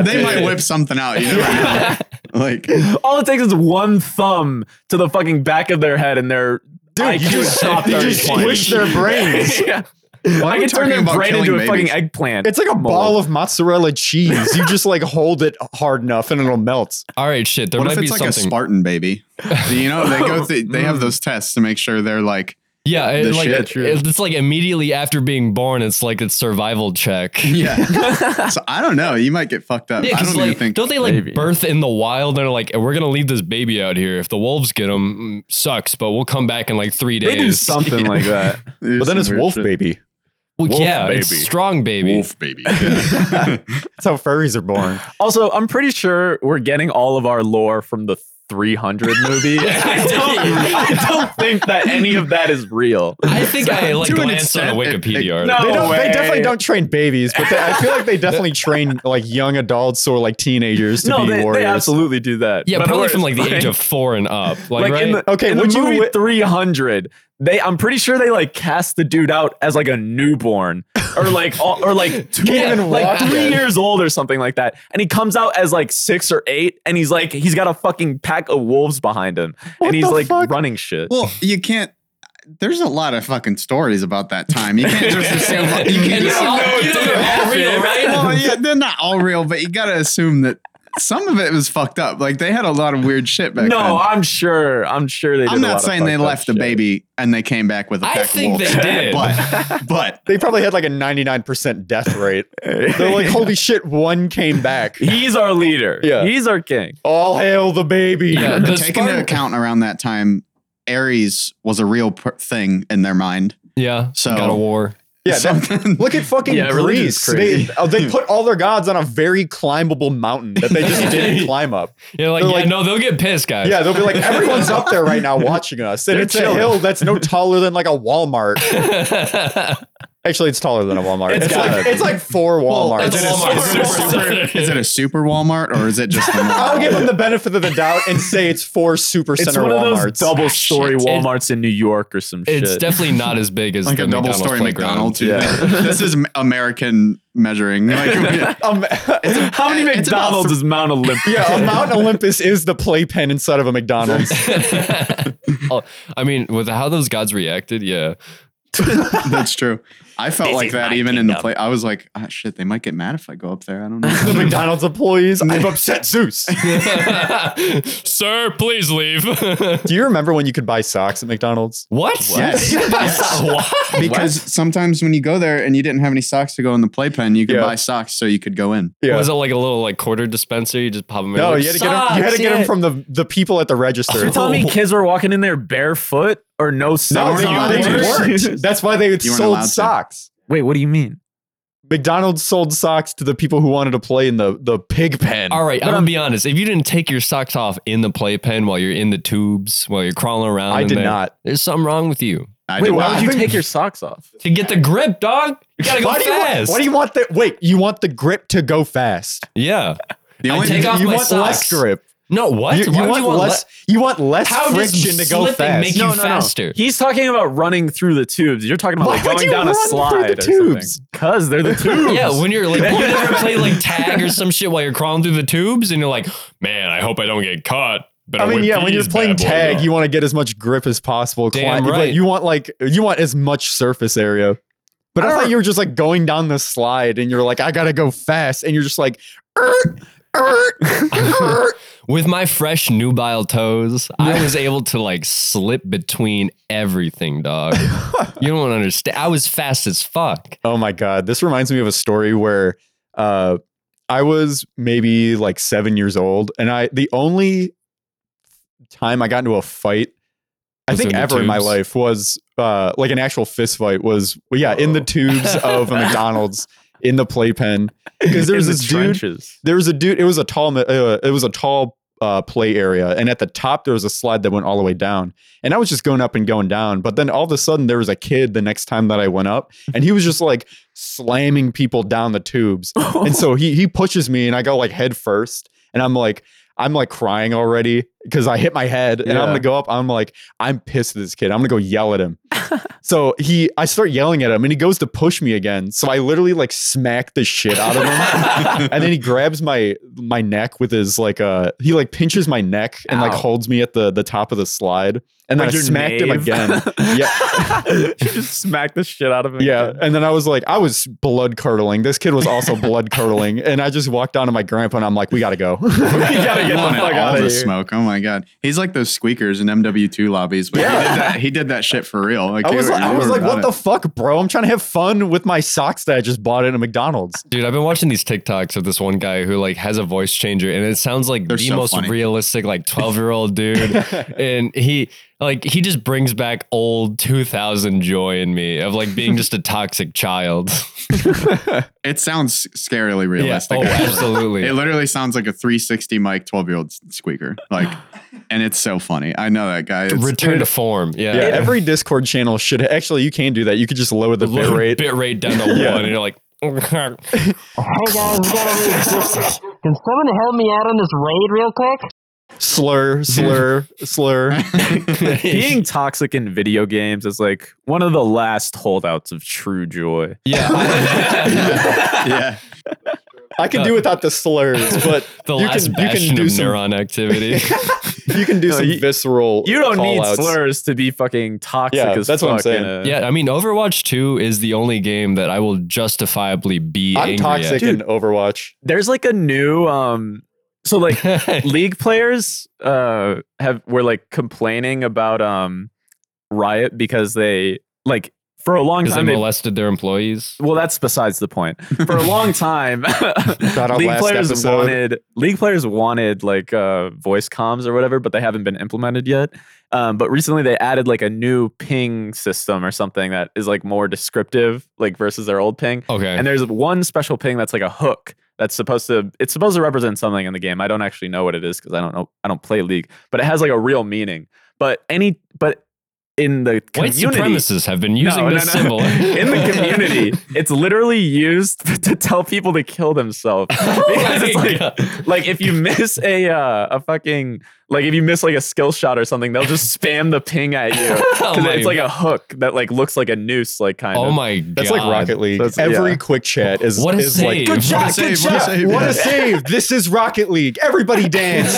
S4: They
S1: dude.
S4: might whip something out. You never know. Like
S1: All it takes is one thumb to the fucking back of their head, and their
S3: Dude, you just,
S1: top
S3: you
S1: 30
S3: just
S1: points.
S3: squish their brains.
S1: yeah.
S4: are
S1: I can
S4: we
S1: turn
S4: talking
S1: their
S4: about
S1: brain
S4: killing
S1: into a fucking
S4: babies?
S1: eggplant.
S3: It's like a ball of mozzarella cheese. You just like hold it hard enough and it'll melt.
S2: All right, shit. There
S4: what
S2: might
S4: if
S2: be
S4: it's like a
S2: something.
S4: Spartan baby? Do you know they go through, they have those tests to make sure they're like
S2: yeah, it-
S4: The
S2: like
S4: shit,
S2: it-
S4: true.
S2: it's like immediately after being born, it's like a survival check.
S4: yeah. so I don't know. You might get fucked up.
S2: Yeah,
S4: I don't
S2: because like,
S4: even think
S2: don't they like
S1: Maybe.
S2: birth in the wild? They're like, we're gonna leave this baby out here. If the wolves get him, mm, sucks. But we'll come back in like three days.
S1: they do something like that.
S3: But then it's wolf baby.
S2: Well,
S1: Wolf
S2: yeah,
S1: baby.
S2: it's strong baby.
S4: Wolf baby. Yeah.
S3: That's how furries are born.
S1: Also, I'm pretty sure we're getting all of our lore from the 300 movie. I, don't, I don't think that any of that is real.
S2: I think I like
S4: To an
S2: glanced on a
S4: extent, it-
S2: Wikipedia
S4: it-
S2: article.
S1: No
S3: They, don't,
S1: way.
S3: they definitely don't train babies, but they, I feel like they definitely train like young adults or like teenagers to
S1: No,
S3: be
S1: they, they
S3: warriors.
S1: absolutely do that.
S2: Yeah,
S1: But
S2: probably
S1: otherwise,
S2: from like the age of four and up. Like,
S1: Like,
S2: right?
S1: in the,
S3: Okay,
S1: okay, in the
S3: would you
S1: movie
S3: wi-
S1: 300, they I'm pretty sure they like cast the dude out as like a newborn or like all- or like two,
S3: Can't even
S1: like
S3: walk
S1: three
S3: yet.
S1: years old or something like that, and he comes out as like six or eight, and he's like he's got a fucking pack of wolves behind him,
S3: What
S1: and he's
S3: the
S1: like
S3: fuck?
S1: running shit.
S4: Well, you can't. There's a lot of fucking stories about that time. You can't just assume. You
S2: And
S4: can't
S2: they're
S4: just
S2: all- you know they're all real, right?
S4: well, yeah, they're not all real, but you gotta assume that some of it was fucked up. Like they had a lot of weird shit back
S1: no,
S4: then.
S1: I'm sure. I'm sure they. Did
S4: I'm
S1: a lot
S4: not
S1: of
S4: saying they
S1: fucked up
S4: left the
S1: shit.
S4: baby and they came back with a
S2: I
S4: pack
S2: think
S4: of wolves.
S2: they did.
S4: But, but
S3: They probably had like a 99% death rate. They're like, holy shit, one came back.
S1: He's our leader.
S3: Yeah.
S1: he's our king.
S3: All hail the baby.
S2: Yeah, the
S4: take into
S2: Spartan-
S4: account around that time, Aries was a real per- thing in their mind.
S2: yeah,
S4: So-
S2: got a war.
S3: Yeah, that-
S4: Something-
S3: Look at fucking
S1: Yeah, religion's
S3: Greece.
S1: crazy.
S3: They, oh, they put all their gods on a very climbable mountain that they just didn't climb up.
S2: Yeah, like,
S3: They're
S2: yeah,
S3: like-
S2: no, they'll get pissed, guys.
S3: Yeah, they'll be like, everyone's up there right now watching us. And
S1: They're
S3: it's
S1: chilling.
S3: a hill that's no taller than like a Walmart. Actually, it's taller than a Walmart.
S1: It's
S3: It's,
S1: gotta
S3: like,
S1: be.
S3: it's like four Walmarts.
S2: That's
S4: Is it a
S2: Walmart.
S4: super-
S2: Super-
S4: Is it a super Walmart or is it just a
S3: I'll give
S4: Walmart?
S3: them the benefit of the doubt and say it's four super
S1: It's
S3: center
S1: one of those
S3: Walmarts.
S1: double story WalMarts in New York or some
S2: It's
S1: shit.
S2: definitely not as big as
S4: Like
S2: the
S4: a double
S2: McDonald's
S4: story
S2: playground.
S4: McDonald's.
S1: Yeah.
S4: this is American measuring. Like,
S3: Um,
S1: How many
S4: It's about
S1: McDonald's
S4: thr-
S1: is Mount Olympus?
S3: yeah, a Mount Olympus is the playpen inside of a McDonald's.
S2: Oh, I mean, with how those gods reacted, yeah.
S4: That's true. I felt like that even in the play. I was like, ah, shit, they might get mad if I go up there. I don't know.
S3: the McDonald's employees. I've upset Zeus.
S2: Sir, please leave.
S3: Do you remember when you could buy socks at McDonald's?
S2: what?
S4: Yes.
S2: What?
S4: because sometimes when you go there and you didn't have any socks to go in the playpen, you could
S3: Yeah.
S4: buy socks so you could go in.
S3: Yeah.
S2: Was it like a little like quarter dispenser? You just pop them in.
S3: No,
S2: like,
S3: you had to get them, you had to
S2: "Socks,
S3: get 'em
S2: yeah."
S3: from the, the people at the register.
S1: You're telling me kids were walking in there barefoot or no
S3: no,
S1: socks?
S3: they,
S4: not
S1: on?
S3: they
S4: allowed
S3: weren't. That's why they
S4: allowed
S3: sold
S4: to.
S3: socks.
S1: Wait, what do you mean?
S3: McDonald's sold socks to the people who wanted to play in the, the pig pen.
S2: All right,
S1: But
S2: I'm gonna
S1: I'm-
S2: be honest. If you didn't take your socks off in the playpen while you're in the tubes, while you're crawling around,
S3: I
S2: in
S3: did
S2: there,
S3: not.
S2: There's something wrong with you.
S4: I
S1: Wait,
S4: did
S1: why
S4: not.
S1: would you
S3: I think-
S1: take your socks off?
S2: To get the grip, dog, you gotta go
S3: Why do you, want,
S2: fast.
S3: why do you want the wait? You want the grip to go fast.
S2: yeah,
S4: The
S2: I
S4: only
S2: take off
S3: you
S2: my
S3: want
S2: socks.
S3: less grip.
S2: No, what?
S3: You, you
S2: Why would
S3: want
S2: you want
S3: less. you want less
S2: How does
S3: friction to go
S2: slipping
S3: fast.
S2: make you faster?
S1: He's talking about running through the tubes. You're talking about
S3: Why
S1: like
S3: would
S1: going
S3: you
S1: down a
S3: run through
S1: slide
S3: the tubes?
S1: Because they're the tubes.
S2: Yeah, when you're like, you never play like tag or some shit while you're crawling through the tubes, and you're like, man, I hope I don't get caught. But
S3: I mean, yeah, when you're playing tag, you want to get as much grip as possible.
S2: Damn
S3: climb- but
S2: right.
S3: You want like you want as much surface area. But
S1: I
S3: I,
S1: don't-
S3: thought you were just like going down the slide, and you're like, I gotta go fast, and you're just like, "Er, er, er."
S2: with my fresh nubile toes, I was able to like slip between everything, dog. you don't understand. I was fast as fuck.
S3: oh my god, this reminds me of a story where uh, I was maybe like seven years old, and I the only time I got into a fight. I
S2: Was
S3: think
S2: in the
S3: ever in my
S2: tubes?
S3: life was uh, like an actual fist fight was well, yeah in the
S2: Oh.
S3: tubes of a McDonald's in the playpen because there's
S1: In
S3: this
S1: the
S3: dude
S1: trenches.
S3: there was a dude it was a tall ma- uh, it was a tall uh, play area and at the top there was a slide that went all the way down and i was just going up and going down but then all of a sudden there was a kid the next time that i went up and he was just like slamming people down the tubes and so he he pushes me and i go like head first and i'm like i'm like crying already because i hit my head and i'm
S1: Yeah.
S3: gonna go up i'm like i'm pissed at this kid i'm gonna go yell at him so he i start yelling at him and he goes to push me again so i literally like smack the shit out of him and then he grabs my my neck with his like uh he like pinches my neck and like
S1: Ow.
S3: holds me at the the top of the slide and then
S1: Like
S3: I
S1: your
S3: smacked him
S1: knave.
S3: again. Yeah.
S1: you just smacked the shit out of him.
S3: Yeah, and then I was like, I was blood curdling. This kid was also blood curdling, and I just walked down to my grandpa and I'm like, we gotta go. we gotta
S1: You
S3: get the
S1: wanted
S3: fuck
S1: all
S3: out
S4: all
S3: of
S4: the
S3: here.
S4: smoke. Oh my god, he's like those squeakers in MW2 lobbies. But he did that. He did that shit for real. Like
S3: I
S4: they
S3: was
S4: were-
S3: like,
S4: you
S3: I was
S4: were
S3: like,
S4: about
S3: what
S4: it.
S3: the fuck, bro? I'm trying to have fun with my socks that I just bought at a McDonald's.
S2: Dude, I've been watching these TikToks of this one guy who like has a voice changer and it sounds like
S4: They're
S2: the
S4: so
S2: most
S4: funny.
S2: realistic like 12-year-old dude and he like he just brings back old 2000 joy in me of like being just a toxic child.
S4: It sounds scarily realistic.
S2: Yeah. Oh,
S4: actually.
S2: absolutely.
S4: It literally sounds like a 360 mic 12 year old squeaker. Like, and it's so funny. I know that guy. It's-
S2: Return to form. Yeah.
S3: Yeah, every Discord channel should actually you can do that. You could just lower the bit
S2: Lower
S3: rate.
S2: bit rate down to
S3: Yeah.
S2: one and you're like
S5: Hey guys, we gotta read Can someone help me out on this raid real quick?
S3: Slur, slur, slur.
S1: Being toxic in video games is like one of the last holdouts of true joy.
S2: Yeah. I-
S4: yeah.
S3: I can do without the slurs, but
S2: the
S3: you
S2: last
S3: can you
S2: bastion
S3: can do
S2: of
S3: some
S2: neuron activity.
S3: you can do
S1: No,
S3: some
S1: you-
S3: visceral.
S1: You don't need
S3: call-outs.
S1: slurs to be fucking toxic
S3: Yeah,
S1: as
S3: that's
S1: fuck.
S3: what I'm
S1: in
S3: saying.
S1: a-
S2: yeah, I mean Overwatch 2 is the only game that I will justifiably be
S3: I'm toxic
S2: angry
S3: in Overwatch.
S1: There's like a new um so like
S2: at.
S1: league players uh have were like complaining about um riot because they like for a long
S2: Because they
S1: time they,
S2: molested their employees.
S1: well that's besides the point for a long time
S3: our
S1: league
S3: last
S1: players
S3: episode.
S1: wanted league players wanted like uh voice comms or whatever but they haven't been implemented yet um but recently they added like a new ping system or something that is like more descriptive like versus their old ping
S2: Okay.
S1: and there's one special ping that's like a hook that's supposed to it's supposed to represent something in the game. I don't actually know what it is because I don't know I don't play League, but it has like a real meaning. But any but in the
S2: White
S1: community
S2: supremacists have been
S1: No,
S2: using
S1: no,
S2: this
S1: no.
S2: symbol
S1: in the community, it's literally used to tell people to kill themselves. Because it's like like if you miss a uh, a fucking like if you miss like a skill shot or something, they'll just spam the ping at you.
S2: Oh
S1: Because
S2: my-
S1: it's like a hook that like looks like a noose, like kind
S2: oh
S1: of.
S2: my god,
S3: That's like Rocket League.
S1: That's-
S3: Every
S1: yeah.
S3: quick chat is
S2: What a
S3: is
S2: save.
S3: like
S2: Good
S4: job, What a good save, what a job. save,
S3: What
S4: yeah.
S3: a save! This is Rocket League. Everybody dance.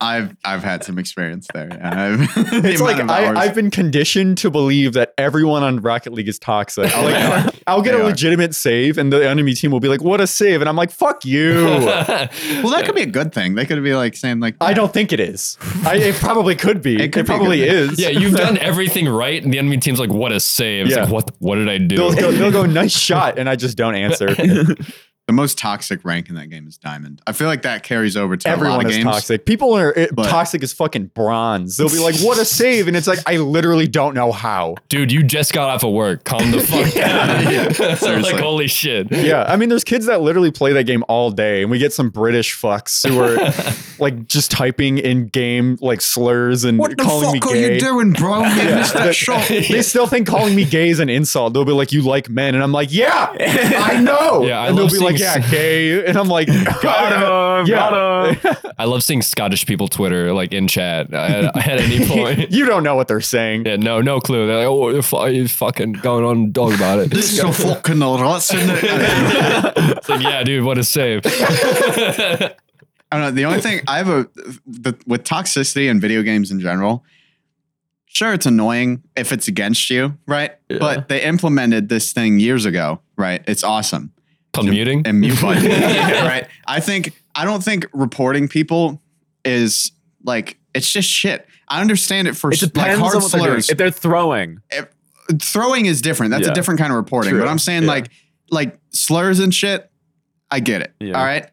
S4: I've, I've had some experience there. And I've,
S3: It's like I, I've been conditioned to believe that everyone on Rocket League is toxic.
S4: Oh, they are.
S3: Like, I'll get
S4: They
S3: a
S4: are.
S3: legitimate save, and the enemy team will be like, "What a save!" And I'm like, "Fuck you."
S4: well, that could be a good thing. They could be like saying like,
S3: I don't think it is. I, it probably could be.
S4: It
S3: It,
S4: could be,
S3: probably
S4: couldn't
S3: is.
S2: yeah, you've done everything right, and the enemy team's like, "What a save!" It's
S3: Yeah.
S2: like, "What? What did I do?"
S3: They'll go, they'll go, nice shot, and I just don't answer.
S4: the most toxic rank in that game is diamond. I feel like that carries over to a lot
S3: Everyone
S4: of
S3: is
S4: games.
S3: toxic. People are it,
S4: But-
S3: toxic as fucking bronze. They'll be like, "What a save!" And it's like, I literally don't know how.
S2: Dude, you just got off of work. Calm the fuck down.
S4: seriously.
S2: like, holy shit.
S3: Yeah, I mean, there's kids that literally play that game all day, and we get some British fucks who are like just typing in game like slurs and calling me gay.
S4: doing, bro? You missed that shot.
S3: They still think calling me gay is an insult. They'll be like, "You like men," and I'm like, "Yeah, I know."
S2: Yeah, I
S3: and they'll
S2: love
S3: be
S2: seeing
S3: like, yeah, gay. And I'm like, God,
S1: Got him.
S3: Yeah.
S1: Got him.
S2: I love seeing Scottish people Twitter like in chat at, at any point.
S3: you don't know what they're saying.
S2: Yeah, no, no clue. They're like, oh, they're fu- you're fucking going on and dog about it.
S4: This is so fucking nuts, isn't it?
S2: it's like, yeah, dude, what a save.
S4: I don't know. The only thing I have a the, with toxicity and video games in general. Sure, it's annoying if it's against you, right? But they implemented this thing years ago, right? It's awesome.
S2: Called muting.
S4: And mute button, right? I think I don't think reporting people is like it's just shit. I understand it for
S1: It
S4: s-
S1: depends
S4: like hard
S1: on what they're doing.
S4: slurs.
S1: If they're throwing,
S4: Throwing is different. That's a
S1: Yeah.
S4: different kind of reporting.
S1: True.
S4: But I'm saying
S1: Yeah.
S4: like like slurs and shit. I get it.
S1: Yeah.
S4: All right.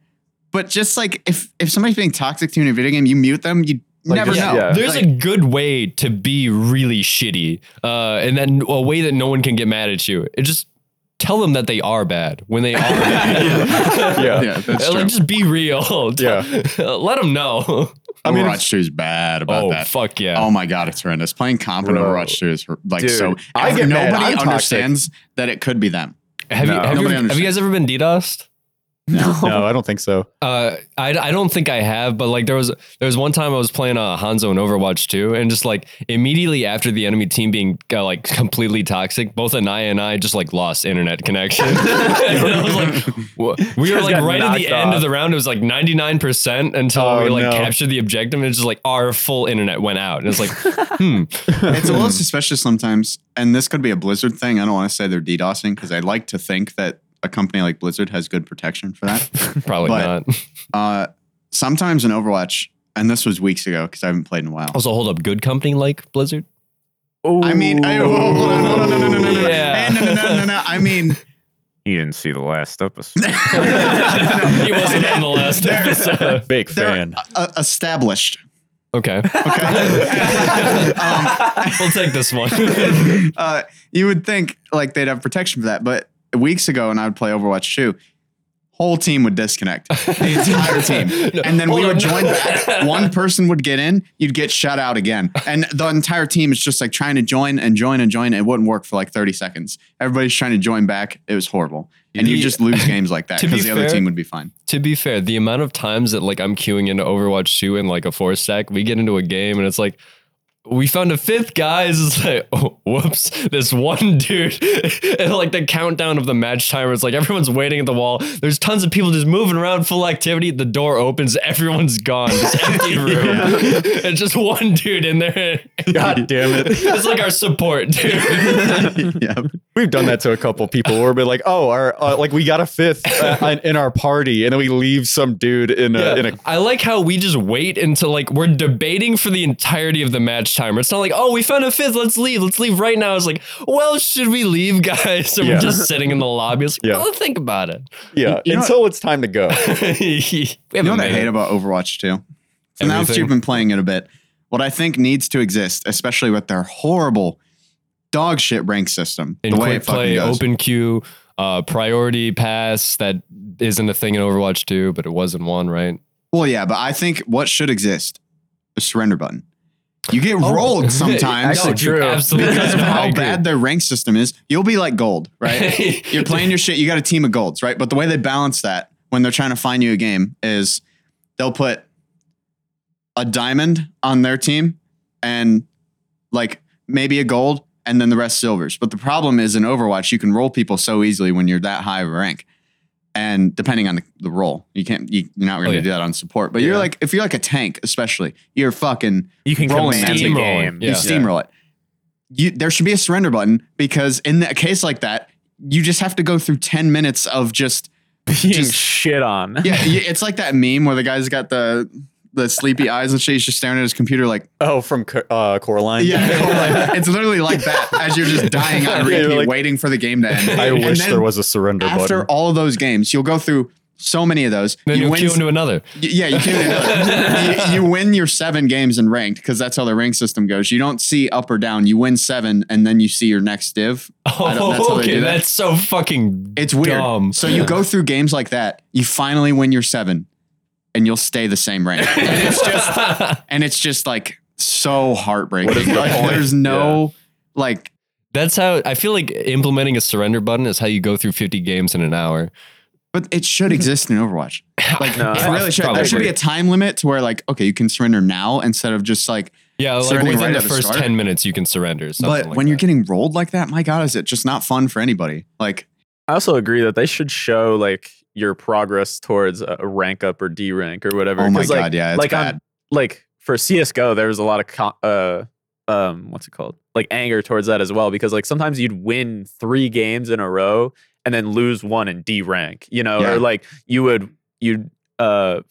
S4: But just like if if somebody's being toxic to you in a video game, you mute them. You never
S1: just-
S4: know.
S1: yeah.
S2: There's
S4: Like,
S2: a good way to be really shitty, uh, and then a way that no one can get mad at you. It just tell them that they are bad when they are bad.
S3: Yeah.
S4: yeah, that's
S2: like,
S4: true.
S2: just be real.
S3: Yeah.
S2: Let them know.
S3: I mean,
S4: Overwatch 2 is bad about
S2: oh,
S4: that.
S2: fuck yeah.
S4: Oh my god, it's horrendous. Playing comp in
S1: Bro.
S4: Overwatch 2 is hor- like
S1: Dude,
S4: so.
S3: I get mad.
S4: nobody
S3: I'm toxic.
S4: understands that it could be them.
S2: have, you,
S1: No.
S2: have, you,
S4: Nobody
S2: have you guys ever been DDoSed?
S3: No, I don't think so.
S2: Uh, I, I don't think I have, but like there was there was one time I was playing uh, Hanzo in Overwatch 2, and just like immediately after the enemy team being uh, like completely toxic, both Anaya and I just like lost internet connection. And I was like, wha- we were
S1: Just
S2: like
S1: got
S2: right at the
S1: knocked
S2: end of
S1: off.
S2: the round. It was like ninety nine percent until
S3: Oh,
S2: we like
S3: no.
S2: captured the objective, and it's just like our full internet went out, and it's like, hmm,
S4: It's a little suspicious sometimes, and this could be a Blizzard thing. I don't want to say they're DDoSing because I like to think that a company like Blizzard has good protection for that.
S2: probably
S4: But-
S2: not.
S4: Uh, sometimes in Overwatch, and this was weeks ago because I haven't played in a while.
S2: Also, hold up, good company like Blizzard.
S4: I mean, I, oh, hold on, no, no, no, no, no, no, no,
S2: Yeah.
S4: Eh, no, no, no, no, no. I mean,
S1: you didn't see the last episode.
S2: he wasn't on the last episode.
S3: Big
S4: they're
S3: fan.
S4: uh, established.
S2: Okay,
S4: Okay. um,
S2: we'll take this one.
S4: uh, you would think like they'd have protection for that, but weeks ago, and I would play Overwatch 2, whole team would disconnect, the entire team,
S2: No,
S4: and then we
S2: hold
S4: would
S2: on,
S4: join
S2: no.
S4: back. One person would get in, you'd get shut out again, and the entire team is just like trying to join and join and join. It wouldn't work for like thirty seconds. Everybody's trying to join back. It was horrible, and you
S2: Yeah.
S4: just lose games like that
S2: To be
S4: because the other
S2: fair-
S4: team would be fine.
S2: To be fair, the amount of times that like I'm queuing into Overwatch 2 and like a four stack, we get into a game and it's like we found a fifth guy. It's just like, oh, whoops, this one dude. and like the countdown of the match timer, it's like everyone's waiting at the wall. There's tons of people just moving around, full activity. The door opens, everyone's gone. This empty room. and just one dude in there.
S3: God damn it.
S2: it's like our support, dude.
S4: yeah,
S3: We've done that to a couple people where we're like, oh, our uh, like we got a fifth uh, in our party, and then we leave some dude in a in a.
S2: I like how we just wait until like we're debating for the entirety of the match timer. It's not like, oh, we found a fifth, let's leave, let's leave right now. It's like, well, should we leave, guys? And
S3: Yeah.
S2: we're just sitting in the lobby. It's like,
S3: Yeah.
S2: oh, think about it.
S3: Yeah,
S4: You know
S3: until it's time to go.
S2: you
S4: You know what I hate about Overwatch 2? So now that
S2: Everything.
S4: you've been playing it a bit, what I think needs to exist, especially with their horrible dog shit rank system,
S2: in
S4: the way
S2: quick
S4: it fucking
S2: play,
S4: goes.
S2: open queue, uh, priority pass that isn't a thing in Overwatch 2, but it was in one, right?
S4: Well, yeah, but I think what should exist, the surrender button. You get rolled sometimes
S1: Oh, Actually,
S2: no, dude,
S1: true.
S2: absolutely.
S4: because of
S2: No, I
S4: how
S2: agree.
S4: bad their rank system is. You'll be like gold, right? You're playing your shit. You got a team of golds, right? But the way they balance that when they're trying to find you a game is they'll put a diamond on their team and like maybe a gold and then the rest silvers. But the problem is in Overwatch, you can roll people so easily when you're that high of a rank. And depending on the, the role, you can't, you, you're not going to
S2: Oh, yeah.
S4: do that on support. But you're like, if you're like a tank, especially, you're fucking,
S1: You can
S4: Rolling
S1: command the
S2: steamrolling.
S1: game.
S2: Yeah.
S4: you steamroll it. You, there should be a surrender button because in a case like that, you just have to go through 10 minutes of just
S1: Being
S4: Just-
S1: shit on.
S4: yeah, yeah, it's like that meme where the guy's got the the sleepy eyes and shit. He's just staring at his computer like,
S3: Oh, from Co- uh, Coraline.
S4: yeah, like, it's literally like that as you're just dying on
S3: Yeah, you're
S4: repeat,
S3: like-
S4: waiting for the game to end.
S3: I
S4: And
S3: wish
S4: then
S3: there was a surrender
S4: After
S3: button.
S4: all of those games, you'll go through so many of those.
S2: Then you
S4: win.
S2: queue into another.
S4: y- yeah, you, can, you, you win your seven games in ranked because that's how the rank system goes. You don't see up or down. You win seven, and then you see your next div. I don't- that's how
S2: Oh,
S4: they
S2: okay.
S4: do that.
S2: That's so fucking
S4: It's weird.
S2: Dumb.
S4: So you go through games like that. You finally win your seven, and you'll stay the same rank. And it's just and it's just like so heartbreaking. Like, there's no like
S2: That's how I feel like implementing a surrender button is how you go through 50 games in an hour.
S4: But it should exist in Overwatch. Like,
S1: No,
S4: it
S1: I-
S4: really should. There should be a time limit to where, like, okay, you can surrender now instead of just like.
S2: yeah, like
S4: surrendering
S2: within the
S4: right at the
S2: first
S4: start.
S2: ten minutes you can surrender. Something
S4: but
S2: like
S4: when you're
S2: that.
S4: getting rolled like that, my God, is it just not fun for anybody? Like,
S1: I also agree that they should show like your progress towards a a rank up or D rank or whatever.
S4: oh my
S1: 'Cause, like,
S4: God, yeah, it's
S1: like
S4: bad.
S1: on like for CS:GO, there was a lot of co- uh, um, what's it called? Like anger towards that as well, because like sometimes you'd win three games in a row and then lose one in D rank, you know,
S4: Yeah.
S1: or like you would you'd uh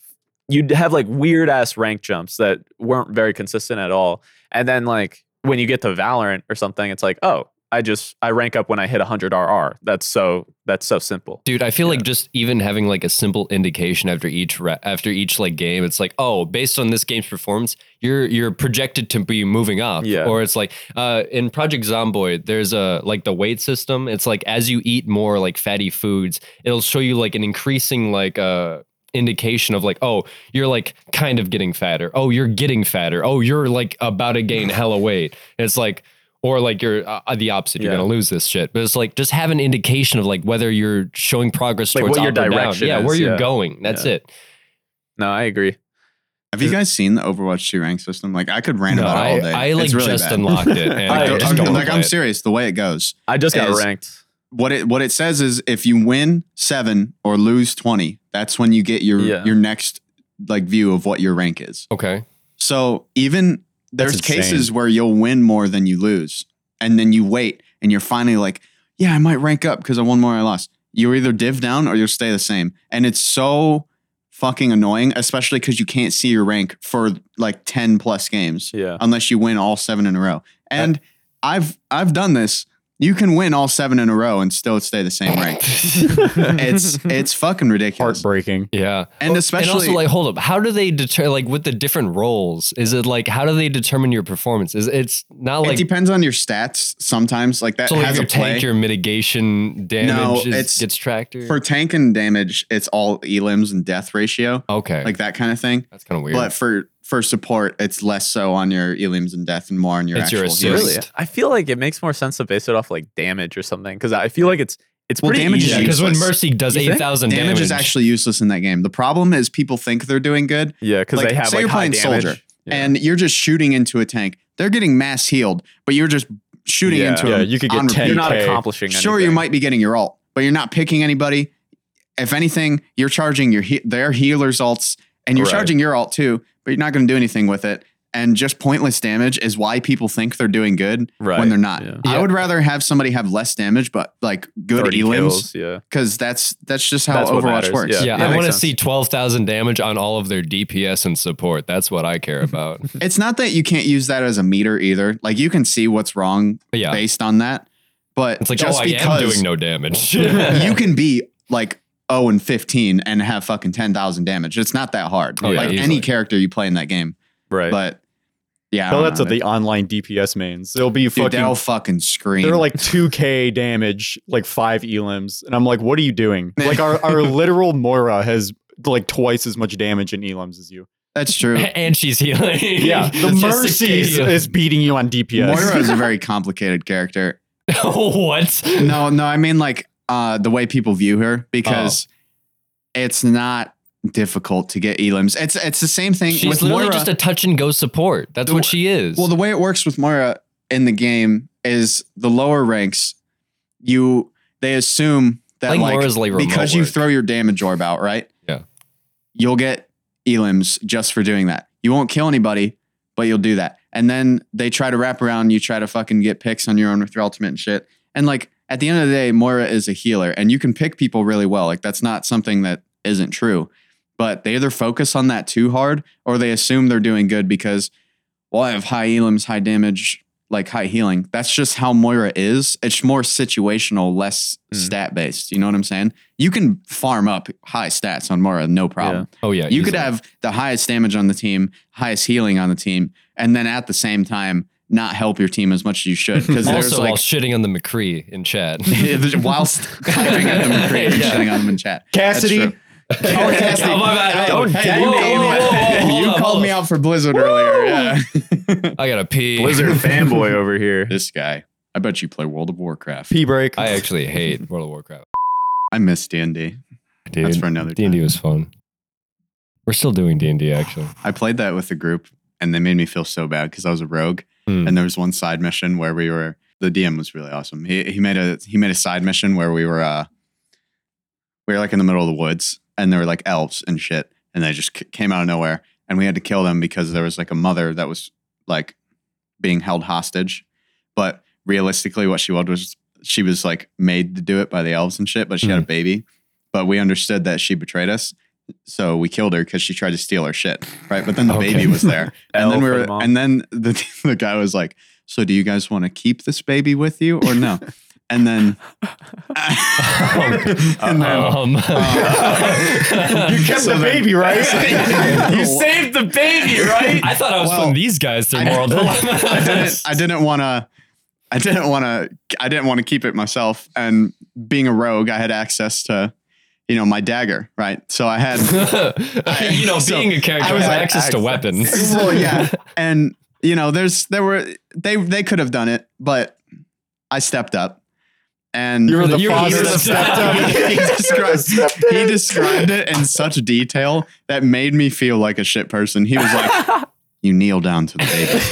S1: you'd have like weird ass rank jumps that weren't very consistent at all, and then like when you get to Valorant or something, it's like oh. I just I rank up when I hit 100 RR. That's so that's so simple.
S2: Dude, I feel
S1: Yeah.
S2: like just even having like a simple indication after each re- after each like game, it's like, oh, based on this game's performance, you're you're projected to be moving up.
S1: Yeah.
S2: Or it's like uh, in Project Zomboid, there's a like the weight system. It's like as you eat more like fatty foods, it'll show you like an increasing like uh indication of like, oh, you're like kind of getting fatter. Oh, you're getting fatter. Oh, you're like about to gain hella weight. It's like or like you're uh, the opposite. You're
S1: Yeah.
S2: gonna lose this shit. But it's like just have an indication of like whether you're showing progress
S1: Like,
S2: towards
S1: what your
S2: up or down.
S1: direction
S2: Yeah,
S1: is,
S2: where you're
S1: yeah.
S2: going. That's
S1: Yeah.
S2: it.
S1: No, I agree.
S4: Have you guys seen the Overwatch 2 rank system? Like, I could rant
S2: No,
S4: about it all
S2: I,
S4: day.
S2: I
S4: It's
S2: like
S4: really
S2: just
S4: bad.
S2: unlocked it and
S1: I
S2: I,
S4: Like,
S1: don't-
S2: just
S4: I'm-
S2: don't
S4: like,
S2: play
S4: I'm
S2: it.
S4: serious. The way it goes,
S1: I just got
S4: Is-
S1: ranked.
S4: what it what it says is if you win seven or lose twenty, that's when you get your
S1: Yeah.
S4: your next like view of what your rank is.
S2: Okay.
S4: So even there's
S3: That's insane.
S4: cases where you'll win more than you lose, and then you wait, and you're finally like, yeah, I might rank up because I won more, I lost. You're either div down or you'll stay the same, and it's so fucking annoying, especially because you can't see your rank for like ten plus games
S1: Yeah.
S4: unless you win all seven in a row. And I've I've done this. You can win all seven in a row and still stay the same rank. it's it's fucking ridiculous.
S3: Heartbreaking.
S2: Yeah.
S4: And especially
S2: and also like hold up how do they deter like with the different roles is it like how do they determine your performance is it's not
S4: it
S2: like
S4: depends on your stats sometimes. Like that
S2: so like
S4: has
S2: your
S4: a play.
S2: tank your mitigation damage is,
S4: it's-
S2: gets tracked or-
S4: for tank and damage, it's all elims and death ratio,
S2: okay
S4: like that kind of thing.
S2: that's kind of weird
S4: But for for support, it's less so on your elims and death and more on your
S2: It's your
S4: actual
S2: assist.
S4: healing.
S1: Really? I feel like it makes more sense to base it off like damage or something because I feel like it's it's
S4: Well,
S1: pretty
S4: damage is
S2: yeah
S1: easy.
S2: because when
S4: useless.
S2: mercy does
S1: You think?
S2: 8000
S4: Damage, is actually useless in that game. The problem is people think they're doing good,
S1: yeah, because
S4: like,
S1: they have
S4: say
S1: like
S4: you're
S1: high
S4: playing
S1: damage.
S4: soldier,
S1: Yeah.
S4: and you're just shooting into a tank. They're getting mass healed, but you're just shooting
S1: Yeah.
S4: into
S3: Yeah,
S4: them
S3: you could get
S4: on repeat.
S3: 10
S1: you're not
S3: 10K.
S1: accomplishing.
S4: Sure, you
S1: anything.
S4: might be getting your alt, but you're not picking anybody. If anything, you're charging your he- their healer's alts, and you're
S1: Right.
S4: charging your alt too, but you're not going to do anything with it. And just pointless damage is why people think they're doing good
S1: right.
S4: when they're not.
S1: Yeah.
S4: I would rather have somebody have less damage, but like good
S1: 30
S4: elims,
S1: kills, Yeah.
S4: because that's that's just how
S1: That's what
S4: Overwatch
S1: matters,
S4: works.
S1: yeah.
S2: yeah,
S1: that
S2: I
S1: makes
S2: want to
S1: sense.
S2: see 12,000 damage on all of their DPS and support. That's what I care about.
S4: It's not that you can't use that as a meter either. Like you can see what's wrong
S2: But yeah.
S4: based on that, but
S2: It's like,
S4: just
S2: oh, I am
S4: because
S2: doing no damage.
S4: you can be like 0 and 15 and have fucking 10,000 damage. It's not that hard.
S2: Oh, yeah,
S4: like
S2: easily.
S4: any character you play in that game.
S1: Right.
S4: But yeah, I
S3: Tell
S4: don't
S3: that to
S4: know,
S3: the online DPS mains. They'll be
S4: dude,
S3: fucking
S4: they'll fucking scream.
S3: They're like 2k damage, like five elims. And I'm like, what are you doing? Like our, our literal Moira has like twice as much damage in elims as you.
S4: that's true.
S2: and she's healing.
S3: Yeah. The
S2: Just
S3: mercies
S2: a
S3: is beating you on DPS.
S4: Moira is a very complicated character.
S2: case of- what?
S4: No, no, I mean like uh the way people view her because
S2: Oh.
S4: it's not difficult to get elims. It's it's the same thing
S2: She's
S4: with
S2: literally
S4: Moira.
S2: just a touch and go support. That's
S4: The-
S2: what she is.
S4: Well, the way it works with Moira in the game is the lower ranks, you they assume that
S2: Like
S4: like,
S2: Moira's like remote
S4: because you
S2: work.
S4: throw your damage orb out, right?
S2: Yeah.
S4: You'll get elims just for doing that. You won't kill anybody, but you'll do that. And then they try to wrap around, you try to fucking get picks on your own with your ultimate and shit. And like at the end of the day, Moira is a healer and you can pick people really well. Like that's not something that isn't true. But they either focus on that too hard or they assume they're doing good because, well, I have high elims, high damage, like high healing. That's just how Moira is. It's more situational, less
S2: Mm-hmm.
S1: Mhm.
S4: stat based. You know what I'm saying? You can farm up high stats on Moira, no problem.
S2: oh, yeah.
S4: you could
S2: easily.
S4: have the highest damage on the team, highest healing on the team, and then at the same time, not help your team as much as you should. Because there's
S2: Also, while
S4: like,
S2: shitting on the McCree in chat.
S4: whilst typing at them and creating
S2: Yeah.
S4: shitting on them in chat. That's
S3: Cassidy,
S4: true. Cassidy.
S2: Oh, my bad.
S4: Hey,
S2: Hey, whoa, whoa, whoa, whoa, hold
S4: you called me out- you
S2: up,
S4: called
S2: hold
S4: me
S2: up.
S4: out for Blizzard earlier. Yeah.
S2: I got to pee.
S1: Blizzard fanboy over here.
S4: this guy. I bet you play World of Warcraft.
S3: P break.
S2: I actually hate World of Warcraft.
S4: I miss D&D.
S2: dude.
S4: That's for another
S2: D and D was fun. We're still doing D and D actually.
S4: I played that with a group and they made me feel so bad because I was a rogue.
S2: Hmm.
S4: And there was one side mission where we were the DM was really awesome. He he made a he made a side mission where we were uh we were like in the middle of the woods and there were like elves and shit and they just c- came out of nowhere and we had to kill them because there was like a mother that was like being held hostage. But realistically what she was was she was like made to do it by the elves and shit, but she had a
S2: Hmm.
S4: baby. But we understood that she betrayed us. So we killed her because she tried to steal her shit. Right. But then the
S2: Okay.
S4: baby was there and then
S1: L
S4: we
S1: for
S4: were,
S1: the mom.
S4: and then the the guy was like, "So do you guys want to keep this baby with you or no?" And then, and then
S2: Um,
S3: You kept the baby, right?
S1: you saved the baby, right?
S2: I thought I was
S4: Well,
S2: putting these guys through
S4: I
S2: moral
S4: didn't- I
S2: dilemma.
S4: didn't, I didn't want to. I didn't want to. I didn't want to keep it myself. And being a rogue, I had access to, you know, my dagger, right? So I had
S2: you know,
S4: So,
S2: being a character,
S4: I was
S2: I had
S4: like,
S2: access to weapons.
S4: well, yeah, and you know, there's there were they they could have done it, but I stepped up, and
S3: You were the
S2: You were the
S3: father that
S2: son.
S3: stepped up.
S4: he, described, he described it in such detail that made me feel like a shit person. He was like, You kneel down to the baby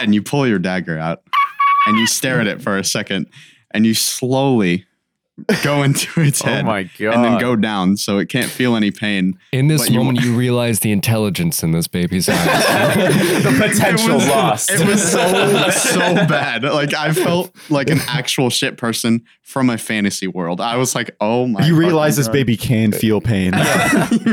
S4: and you pull your dagger out and you stare at it for a second and you slowly go into its
S1: Oh
S4: head
S1: my god!
S4: and then go down so it can't feel any pain.
S2: In this
S4: But you-
S2: moment, you realize the intelligence in this baby's eyes.
S1: the potential
S4: was-
S1: lost.
S4: It was so so bad. Like I felt like an actual shit person from a fantasy world. I was like, oh my
S3: You realize
S4: fucking
S3: this baby can feel pain.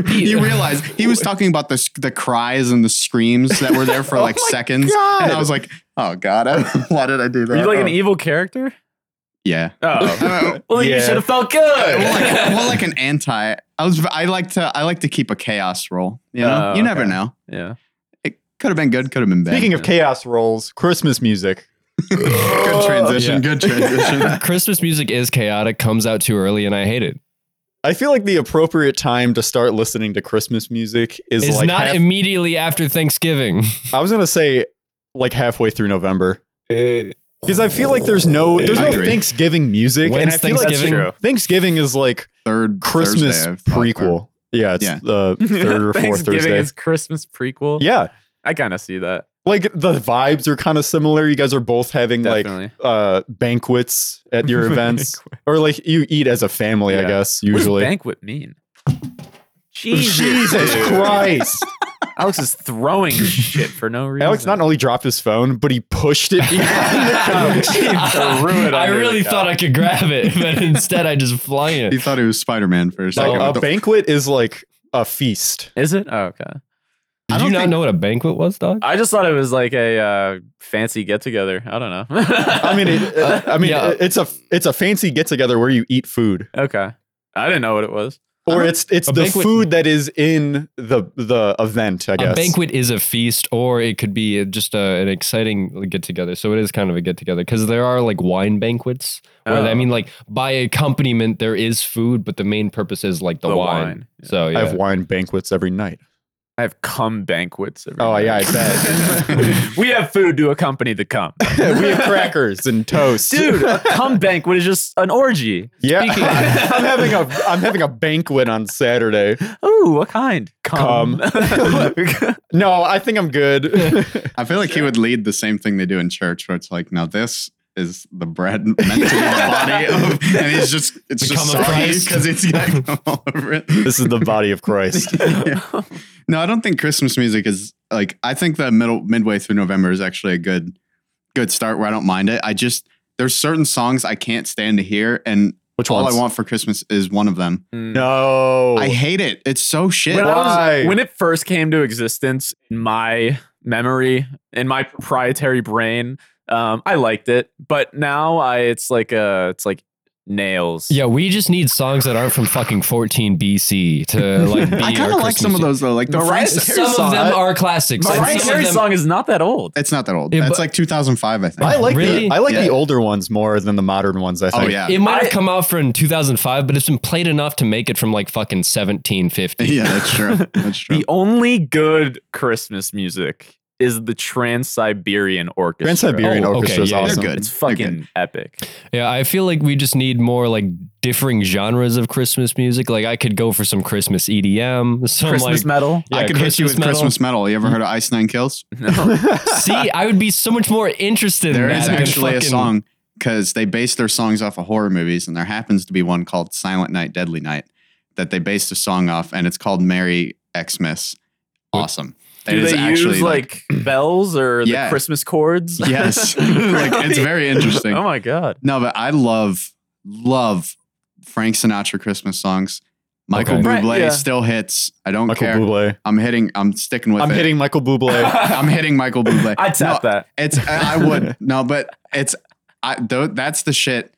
S4: you realize he was talking about the the cries and the screams that were there
S3: Oh
S4: for like seconds, and I was like, "Oh God, why did I do
S1: Are
S4: that?"
S1: you like an
S4: Oh.
S1: evil character?
S4: yeah,
S1: Oh,
S4: Uh,
S1: well, you
S3: Yeah.
S1: should have felt good.
S4: well, like, well, like an anti. I was. I like to. I like to keep a chaos roll. You know,
S1: Oh,
S4: you never
S1: okay.
S4: know.
S1: yeah.
S4: It could have been good. Could have been bad.
S3: Speaking of chaos rolls, Christmas music.
S4: good transition.
S2: Yeah.
S4: Good transition.
S2: Christmas music is chaotic, comes out too early, and I hate it.
S3: I feel like the appropriate time to start listening to Christmas music is
S2: It's
S3: like
S2: not
S3: half-
S2: immediately after Thanksgiving.
S3: I was gonna say like halfway through November. Because I feel like there's no there's
S4: I
S3: no
S4: agree.
S3: Thanksgiving music, and
S2: When's
S3: I feel like
S2: Thanksgiving?
S1: That's
S3: Thanksgiving is like
S4: Third
S3: Christmas
S4: Thursday, I've thought, or-
S3: prequel. Yeah, it's
S4: Yeah.
S3: the third or fourth
S1: Thanksgiving
S3: Thursday.
S1: is Christmas prequel.
S3: yeah,
S1: I kind of see that.
S3: like the vibes are kind of similar. You guys are both having like
S1: Definitely.
S3: uh banquets at your events, or like you eat as a family, I
S1: Yeah.
S3: guess.
S1: What does
S3: Usually,
S1: banquet mean?
S3: Jesus Christ!
S1: Alex is throwing shit for no reason.
S3: Alex not only dropped his phone, but he pushed it behind the couch.
S2: I really thought I could grab it, but instead I just fly
S4: He
S2: it.
S4: thought it was Spider Man for a second.
S3: Like,
S4: What
S3: a
S4: the-
S3: banquet is like a feast.
S1: Is it? Oh, okay.
S4: I
S2: Did
S4: don't
S2: you not
S4: think-
S2: know what a banquet was, dog?
S1: I just thought it was like a uh, fancy get together. I don't know.
S3: I mean, it, uh, I mean,
S2: Yeah.
S3: it's a it's a fancy get together where you eat food,
S1: okay. I didn't know what it was.
S3: or it's it's
S2: Uh-huh. A
S3: the
S2: banquet-
S3: food that is in the the event. I
S2: A
S3: guess
S2: banquet is a feast, or it could be just a, an exciting get together. So it is kind of a get together because there are like wine banquets. Where
S1: Oh.
S2: I mean, like by accompaniment, there is food, but the main purpose is like the,
S1: The
S2: wine.
S1: wine, yeah.
S2: So yeah.
S3: I have wine banquets every night.
S1: I have cum banquets. every
S3: Oh
S1: night.
S3: yeah, I bet.
S1: we have food to accompany the cum.
S3: we have crackers and toast,
S1: Dude, a cum banquet is just an orgy.
S3: Yeah,
S2: Speaking of-
S3: I'm having a I'm having a banquet on Saturday.
S1: Ooh, what kind?
S3: Cum. No, I think I'm good.
S4: I feel like he would lead the same thing they do in church, where it's like, now this is the bread meant to be the body of, and it's just it's
S2: The
S4: just
S2: cum of Christ.
S4: because it's got cum all over it.
S3: this is the body of Christ.
S4: Yeah. No, I don't think Christmas music is like. I think the middle midway through November is actually a good good start where I don't mind it. I just there's certain songs I can't stand to hear, and
S3: Which
S4: all
S3: ones?
S4: I want for Christmas is one of them.
S1: Hmm.
S3: No,
S4: I hate it. It's so shit.
S1: when, I was-
S3: Why?
S1: when it first came to existence in my memory, in my proprietary brain, um, I liked it. But now I it's like uh it's like nails.
S2: Yeah, we just need songs that aren't from fucking 14 BC to like be.
S4: I
S2: kind of
S4: like some of those though, like the
S1: Mariah
S4: rice.
S1: Carey
S2: Some of
S1: song.
S2: them are classics. and
S1: Mariah
S2: some of
S1: Carey's
S2: them-
S1: song is not that old.
S4: It's not that old.
S2: Yeah,
S4: it's
S2: but-
S4: like 2005, I think.
S3: I like
S2: Really?
S3: the I like
S4: Yeah.
S3: the older ones more than the modern ones. I think.
S4: oh yeah,
S2: It might
S1: I-
S2: have come out from 2005, but it's been played enough to make it from like fucking 1750.
S4: yeah. That's true. That's true.
S1: The only good Christmas music is the Trans Siberian Orchestra.
S3: Trans Siberian
S2: Oh, okay,
S3: Orchestra is
S2: yeah, they're
S3: awesome.
S4: good.
S1: It's
S4: They're good.
S1: fucking epic.
S2: Yeah, I feel like we just need more like differing genres of Christmas music. Like I could go for some Christmas EDM, some
S1: Christmas
S2: like
S1: metal.
S2: yeah,
S4: I could hit you with
S2: metal.
S4: Christmas metal. You ever heard of Ice Nine Kills?
S2: See, I would be so much more interested in
S4: There
S2: that.
S4: is
S2: than
S4: actually a
S2: fucking-
S4: song because they base their songs off of horror movies, and there happens to be one called Silent Night, Deadly Night that they based a song off, and it's called Merry Xmas. Awesome. It
S1: Do
S4: is
S1: they use like, bells or
S4: Yeah.
S1: the Christmas chords?
S4: yes, like it's very interesting.
S1: Oh my god.
S4: No, but I love love Frank Sinatra Christmas songs. Michael
S2: Okay.
S1: Right,
S4: Bublé
S1: yeah.
S4: still hits. I don't
S3: Michael
S4: care.
S3: Bublé.
S4: I'm hitting. I'm sticking with
S3: I'm
S4: it.
S3: hitting Michael Bublé.
S4: I'm hitting Michael Bublé.
S1: I tap
S4: no,
S1: that.
S4: It's. I, I would no, but it's. I though that's the shit.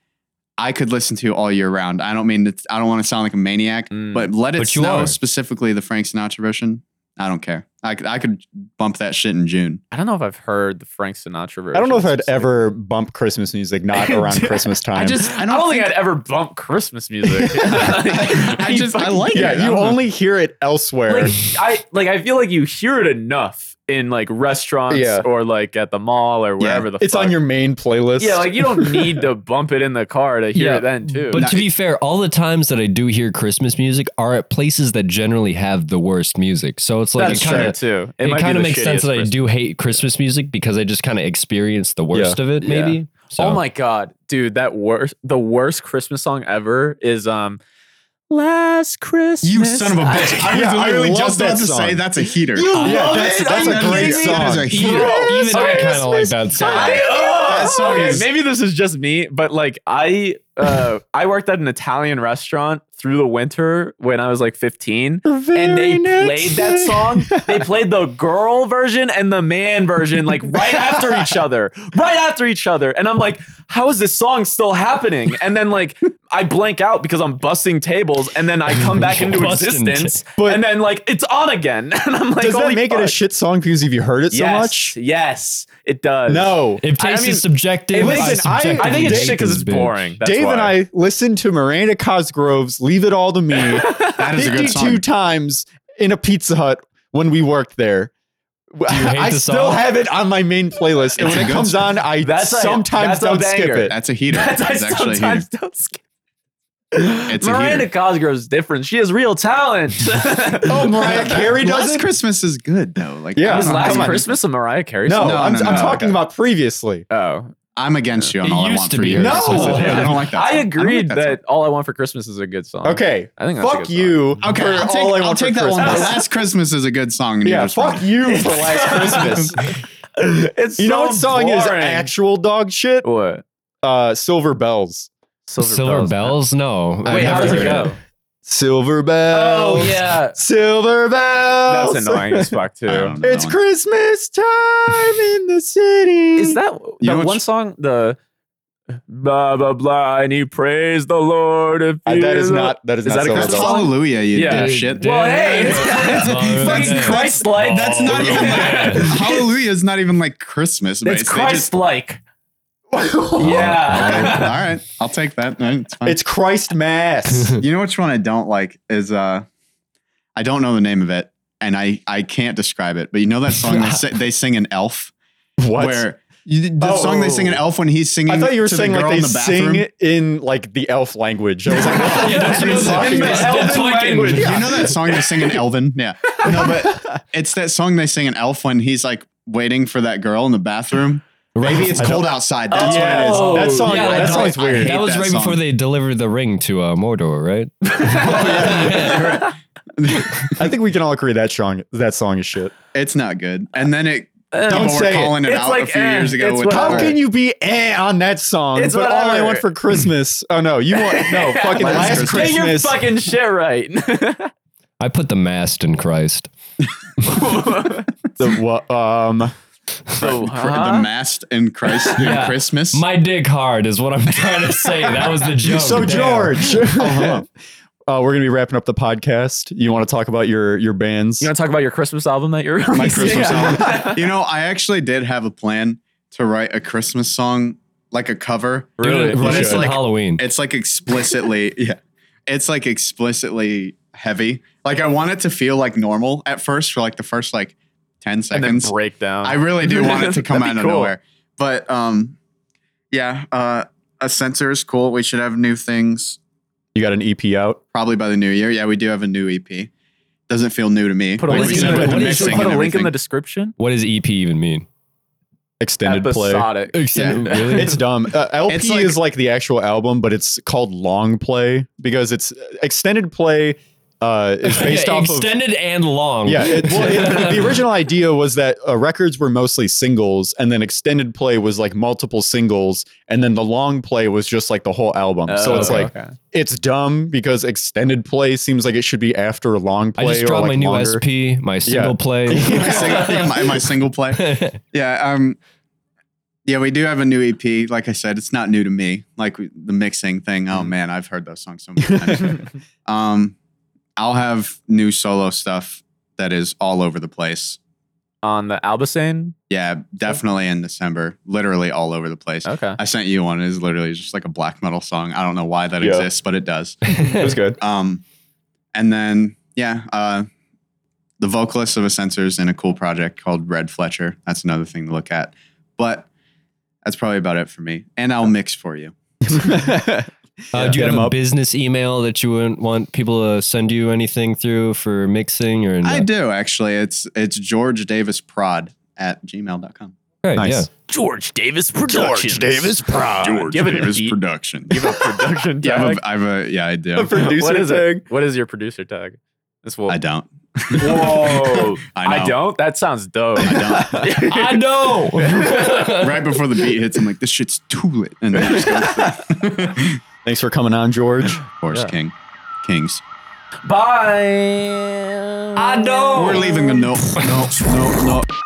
S4: I could listen to all year round. I don't mean to, I don't want to sound like a maniac,
S1: Mm.
S4: but let it
S2: But you
S4: snow
S2: are.
S4: specifically the Frank Sinatra version. I don't care. I could, I could bump that shit in June.
S1: I don't know if I've heard the Frank Sinatra version.
S3: I don't know if I'd
S1: specifically.
S3: ever bump Christmas music not around Christmas time.
S1: I just I don't, think, I'd ever bump Christmas music.
S4: I just I like
S3: yeah,
S4: it. I
S3: you
S4: don't know.
S3: only hear it elsewhere.
S1: like I like I feel like you hear it enough in like restaurants
S3: Yeah.
S1: or like at the mall or wherever the
S3: it's
S1: fuck.
S3: on your main playlist.
S1: yeah like you don't need to bump it in the car to hear
S2: Yeah,
S1: it then too.
S2: But to be fair, all the times that I do hear Christmas music are at places that generally have the worst music. So it's like
S1: that's
S2: it kind
S1: true
S2: of
S1: too.
S2: it,
S1: might be
S2: kind
S1: the
S2: of makes sense
S1: shittiest
S2: that I
S1: Christmas.
S2: do hate Christmas music because I just kind of experience the worst of it.
S1: Yeah.
S2: Maybe. So.
S1: Oh my god, dude, that worst the worst Christmas song ever is um Last Christmas.
S4: You son of a bitch! I was
S3: Yeah, I
S4: literally
S3: love
S4: just
S3: that
S4: about to
S3: song.
S4: say that's a heater.
S3: Yeah, love that's- it? that's a
S4: That
S3: great
S4: is- That is
S3: song.
S4: a
S2: Even,
S4: heater.
S2: even I kind of like
S1: Christmas
S2: that song.
S1: that
S4: song is-
S1: maybe this is just me, but like I uh I worked at an Italian restaurant through the winter when I was like 15 and they played that song. They played the girl version and the man version like right after each other. Right after each other. And I'm like, how is this song still happening? And then like I blank out because I'm busting tables and then I come back into
S2: Busting
S1: existence
S3: ta- But-
S1: and then like it's on again. And I'm like,
S3: Does that
S1: holy
S3: make it a
S1: fuck.
S3: shit song because if you heard it so
S1: yes,
S3: much?
S1: Yes, it does.
S3: No.
S2: If
S1: I
S2: taste
S1: mean,
S2: is subjective,
S1: Listen,
S2: I,
S3: I-
S2: subjectively
S1: I think it's
S2: hate
S1: shit because
S2: this
S1: it's
S2: bitch.
S1: boring. That's
S3: Dave
S1: why.
S3: and I listened to Miranda Cosgrove's Leave It All to Me
S4: That is a good
S3: 52
S4: song.
S3: times in a Pizza Hut when we worked there.
S2: hate
S3: I
S2: the
S3: still
S2: song?
S3: have it on my main playlist, and
S4: It's
S3: when
S4: a
S3: it
S4: good
S3: comes on, I
S1: That's a-
S3: sometimes
S1: that's a
S3: don't skip
S1: banger.
S3: it.
S4: That's a heater.
S1: That's,
S4: That's
S1: I
S4: actually a heater.
S1: sometimes don't skip.
S4: It's a
S1: Miranda
S4: heater.
S1: Cosgrove's different. She has real talent.
S3: Oh, Mariah Carey does
S4: Last
S3: it.
S4: Christmas is good though. Like
S3: Yeah.
S4: I
S1: was
S4: don't know
S1: last
S4: how much-
S1: Christmas a Mariah Carey
S3: Oh, No,
S1: song?
S4: No,
S3: I'm,
S4: no,
S3: I'm
S4: no,
S3: talking
S4: okay.
S3: about previously.
S1: Oh.
S4: I'm against you on
S2: It
S4: all I
S2: used
S4: want
S2: to
S4: for
S2: be.
S4: you.
S3: No.
S4: That's what I said. I don't like that.
S1: I
S4: song. don't
S1: agreed
S4: like
S1: that
S4: song.
S1: All I Want for Christmas is a good song.
S3: Okay.
S1: Oh, I think that's a
S3: fuck
S1: good
S3: you.
S4: Okay,
S3: for
S4: I'll take,
S3: all I
S4: I'll
S3: want
S4: take
S3: for
S4: that one.
S3: Christmas.
S4: But Last Christmas is a good song. and
S3: Yeah,
S4: yours wrong.
S3: fuck you for last Christmas.
S1: It's
S3: You know what song is
S1: boring.
S3: actual dog shit?
S1: What?
S3: Uh, Silver Bells.
S1: Silver,
S2: Silver bells? No.
S1: Wait,
S2: I've
S1: how
S2: never
S1: does it
S2: heard
S1: go?
S3: Silver Bells.
S1: Oh, yeah.
S3: Silver Bells.
S1: That's annoying as fuck,
S4: I
S1: too.
S4: don't know
S3: It's
S4: that one.
S3: Christmas time in the city.
S1: Is that
S4: You know
S1: that
S4: what's-
S1: one song? The blah blah blah, and he praised the Lord. If
S3: Uh,
S1: you
S3: that is not. That is,
S1: Is
S3: not
S1: that a
S3: Silver
S1: Christmas Christ-
S4: That's
S3: Bells.
S1: song?
S4: Hallelujah, you
S1: Yeah.
S4: shit.
S1: Well, hey, it's,
S2: That's-
S1: it's fucking
S2: that's-
S1: Christ-like.
S4: That's not even like, Hallelujah is not even like Christmas. But
S1: It's
S4: it's, they just-
S1: Christ-like.
S4: Okay,
S1: yeah.
S4: all right, I'll take that. All right, It's fine.
S3: It's Christ Mass.
S4: you know which one I don't like is uh, I don't know the name of it, and I I can't describe it. But you know that song they, si- they sing an elf
S3: what?
S4: where you, the
S3: Oh.
S4: song they sing an elf when he's singing.
S3: I thought you were
S4: to
S3: saying
S4: the girl
S3: like
S4: in
S3: they
S4: the bathroom.
S3: sing in like the elf language. I was like, what the
S2: Yeah, that's
S3: fuck
S2: what I'm saying.
S3: are you talking
S2: In the
S3: about?
S2: elf
S3: Elven
S2: language.
S4: You know that song they sing in Elven? Yeah. No, but it's that song they sing in Elf when he's like waiting for that girl in the bathroom. Maybe it's
S3: I
S4: cold
S3: don't-
S4: outside. That's
S1: Oh.
S4: what it
S3: That
S4: is.
S3: song.
S2: Yeah,
S3: that
S2: I
S3: song's
S4: don't- I
S3: weird.
S4: hate
S2: That was
S4: that
S2: right
S4: song.
S2: before they delivered the ring to uh, Mordor, right?
S3: I think we can all agree that song. That song is shit.
S4: It's not good. And then it
S3: Don't
S4: people were
S3: say it.
S4: calling it,
S1: It's
S4: out a
S1: like,
S4: few
S1: eh,
S4: years ago
S1: it's
S4: with
S3: How
S1: whatever.
S3: can you be eh on that song?
S1: It's
S3: but all I
S1: whatever.
S3: want for Christmas. Oh no, you want no fucking
S4: Last
S3: last
S1: Get your
S3: Christmas.
S1: fucking shit right.
S2: I put the mast in Christ.
S3: The wha- um,
S1: so,
S4: Cr- the mast in Christ in
S2: Yeah.
S4: Christmas.
S2: My dick hard is what I'm trying to say. That was the joke.
S3: so
S2: Damn. Uh-huh.
S3: George, uh, we're gonna be wrapping up the podcast. You want to talk about your your bands?
S1: You want to talk about your Christmas album that you're releasing?
S4: my Christmas
S1: Yeah.
S4: album. You know, I actually did have a plan to write a Christmas song, like a cover.
S2: Dude,
S1: Really?
S2: run
S4: You
S2: it
S4: should.
S2: on Halloween.
S4: It's like explicitly, yeah. It's like explicitly heavy. Like I want it to feel like normal at first for like the first like ten
S1: and then
S4: seconds.
S1: break down.
S4: I really do want it to come out
S1: That'd
S4: of
S1: be cool.
S4: nowhere. But um, yeah, uh, a sensor is cool. We should have new things
S3: You got an EP out.
S4: probably by the new year. Yeah, we do have a new EP. Doesn't feel new to me.
S1: Put a
S2: What
S1: link,
S2: is
S1: in
S2: it-
S1: the,
S2: what is
S1: should
S2: it-
S1: we
S4: and
S1: put a link in
S4: everything.
S1: the description.
S2: What does EP even mean?
S3: Extended play.
S1: Episodic.
S2: Extended-
S1: Yeah.
S2: really?
S3: It's dumb. Uh, LP
S4: It's like-
S3: is like the actual album, but it's called long play because it's uh, extended play. Uh, is based
S2: Yeah,
S3: off of
S2: extended and long.
S3: Yeah, it, well, it- the original idea was that uh, records were mostly singles, and then extended play was like multiple singles, and then the long play was just like the whole album. so
S1: Oh,
S3: it's like
S1: okay.
S3: it's dumb because extended play seems like it should be after a long
S2: I
S3: play.
S2: just
S3: or,
S2: dropped
S3: like,
S2: my new
S3: longer.
S2: SP, my single
S4: my single, my, my
S2: play.
S4: single play. Yeah. Um. Yeah, we do have a new EP. Like I said, it's not new to me. Like we, the mixing thing.
S1: Mm-hmm.
S4: Oh man, I've heard those songs so many times. um, I'll have new solo stuff that is all over the place.
S1: on the Albusane.
S4: Yeah, definitely in December. Literally all over the place.
S1: Okay.
S4: I sent you one. It is literally just like a black metal song. I don't know why that
S3: Yeah.
S4: exists, but it does.
S3: It was good.
S4: Um, and then yeah, uh, the vocalist of a sensors in a cool project called Red Fletcher. That's another thing to look at. But that's probably about it for me. And I'll mix for you.
S2: Uh, do you
S3: Hit
S2: have
S3: 'em
S2: a
S3: up.
S2: business email that you wouldn't want people to send you anything through for mixing or?
S4: I do actually. It's it's George Davis Prod at gmail.com.
S2: Right,
S3: Nice.
S2: yeah.
S1: George Davis Productions. George Davis Prod. Give it a deep-
S4: Production.
S1: give a production
S4: Yeah, I have
S1: tag.
S4: a, I have a yeah, I do.
S1: what is
S3: tag.
S1: it? What is your producer tag? This will.
S4: I don't.
S1: Whoa.
S4: I know.
S1: don't. That sounds dope.
S4: I
S2: I know.
S4: don't. right before the beat hits, I'm like, this shit's too lit. And then I just go through.
S3: Thanks for coming on, George.
S4: Horse
S1: Yeah.
S4: King. Kings.
S1: Bye.
S2: I know.
S1: Oh.
S4: We're leaving a note. No, no, no.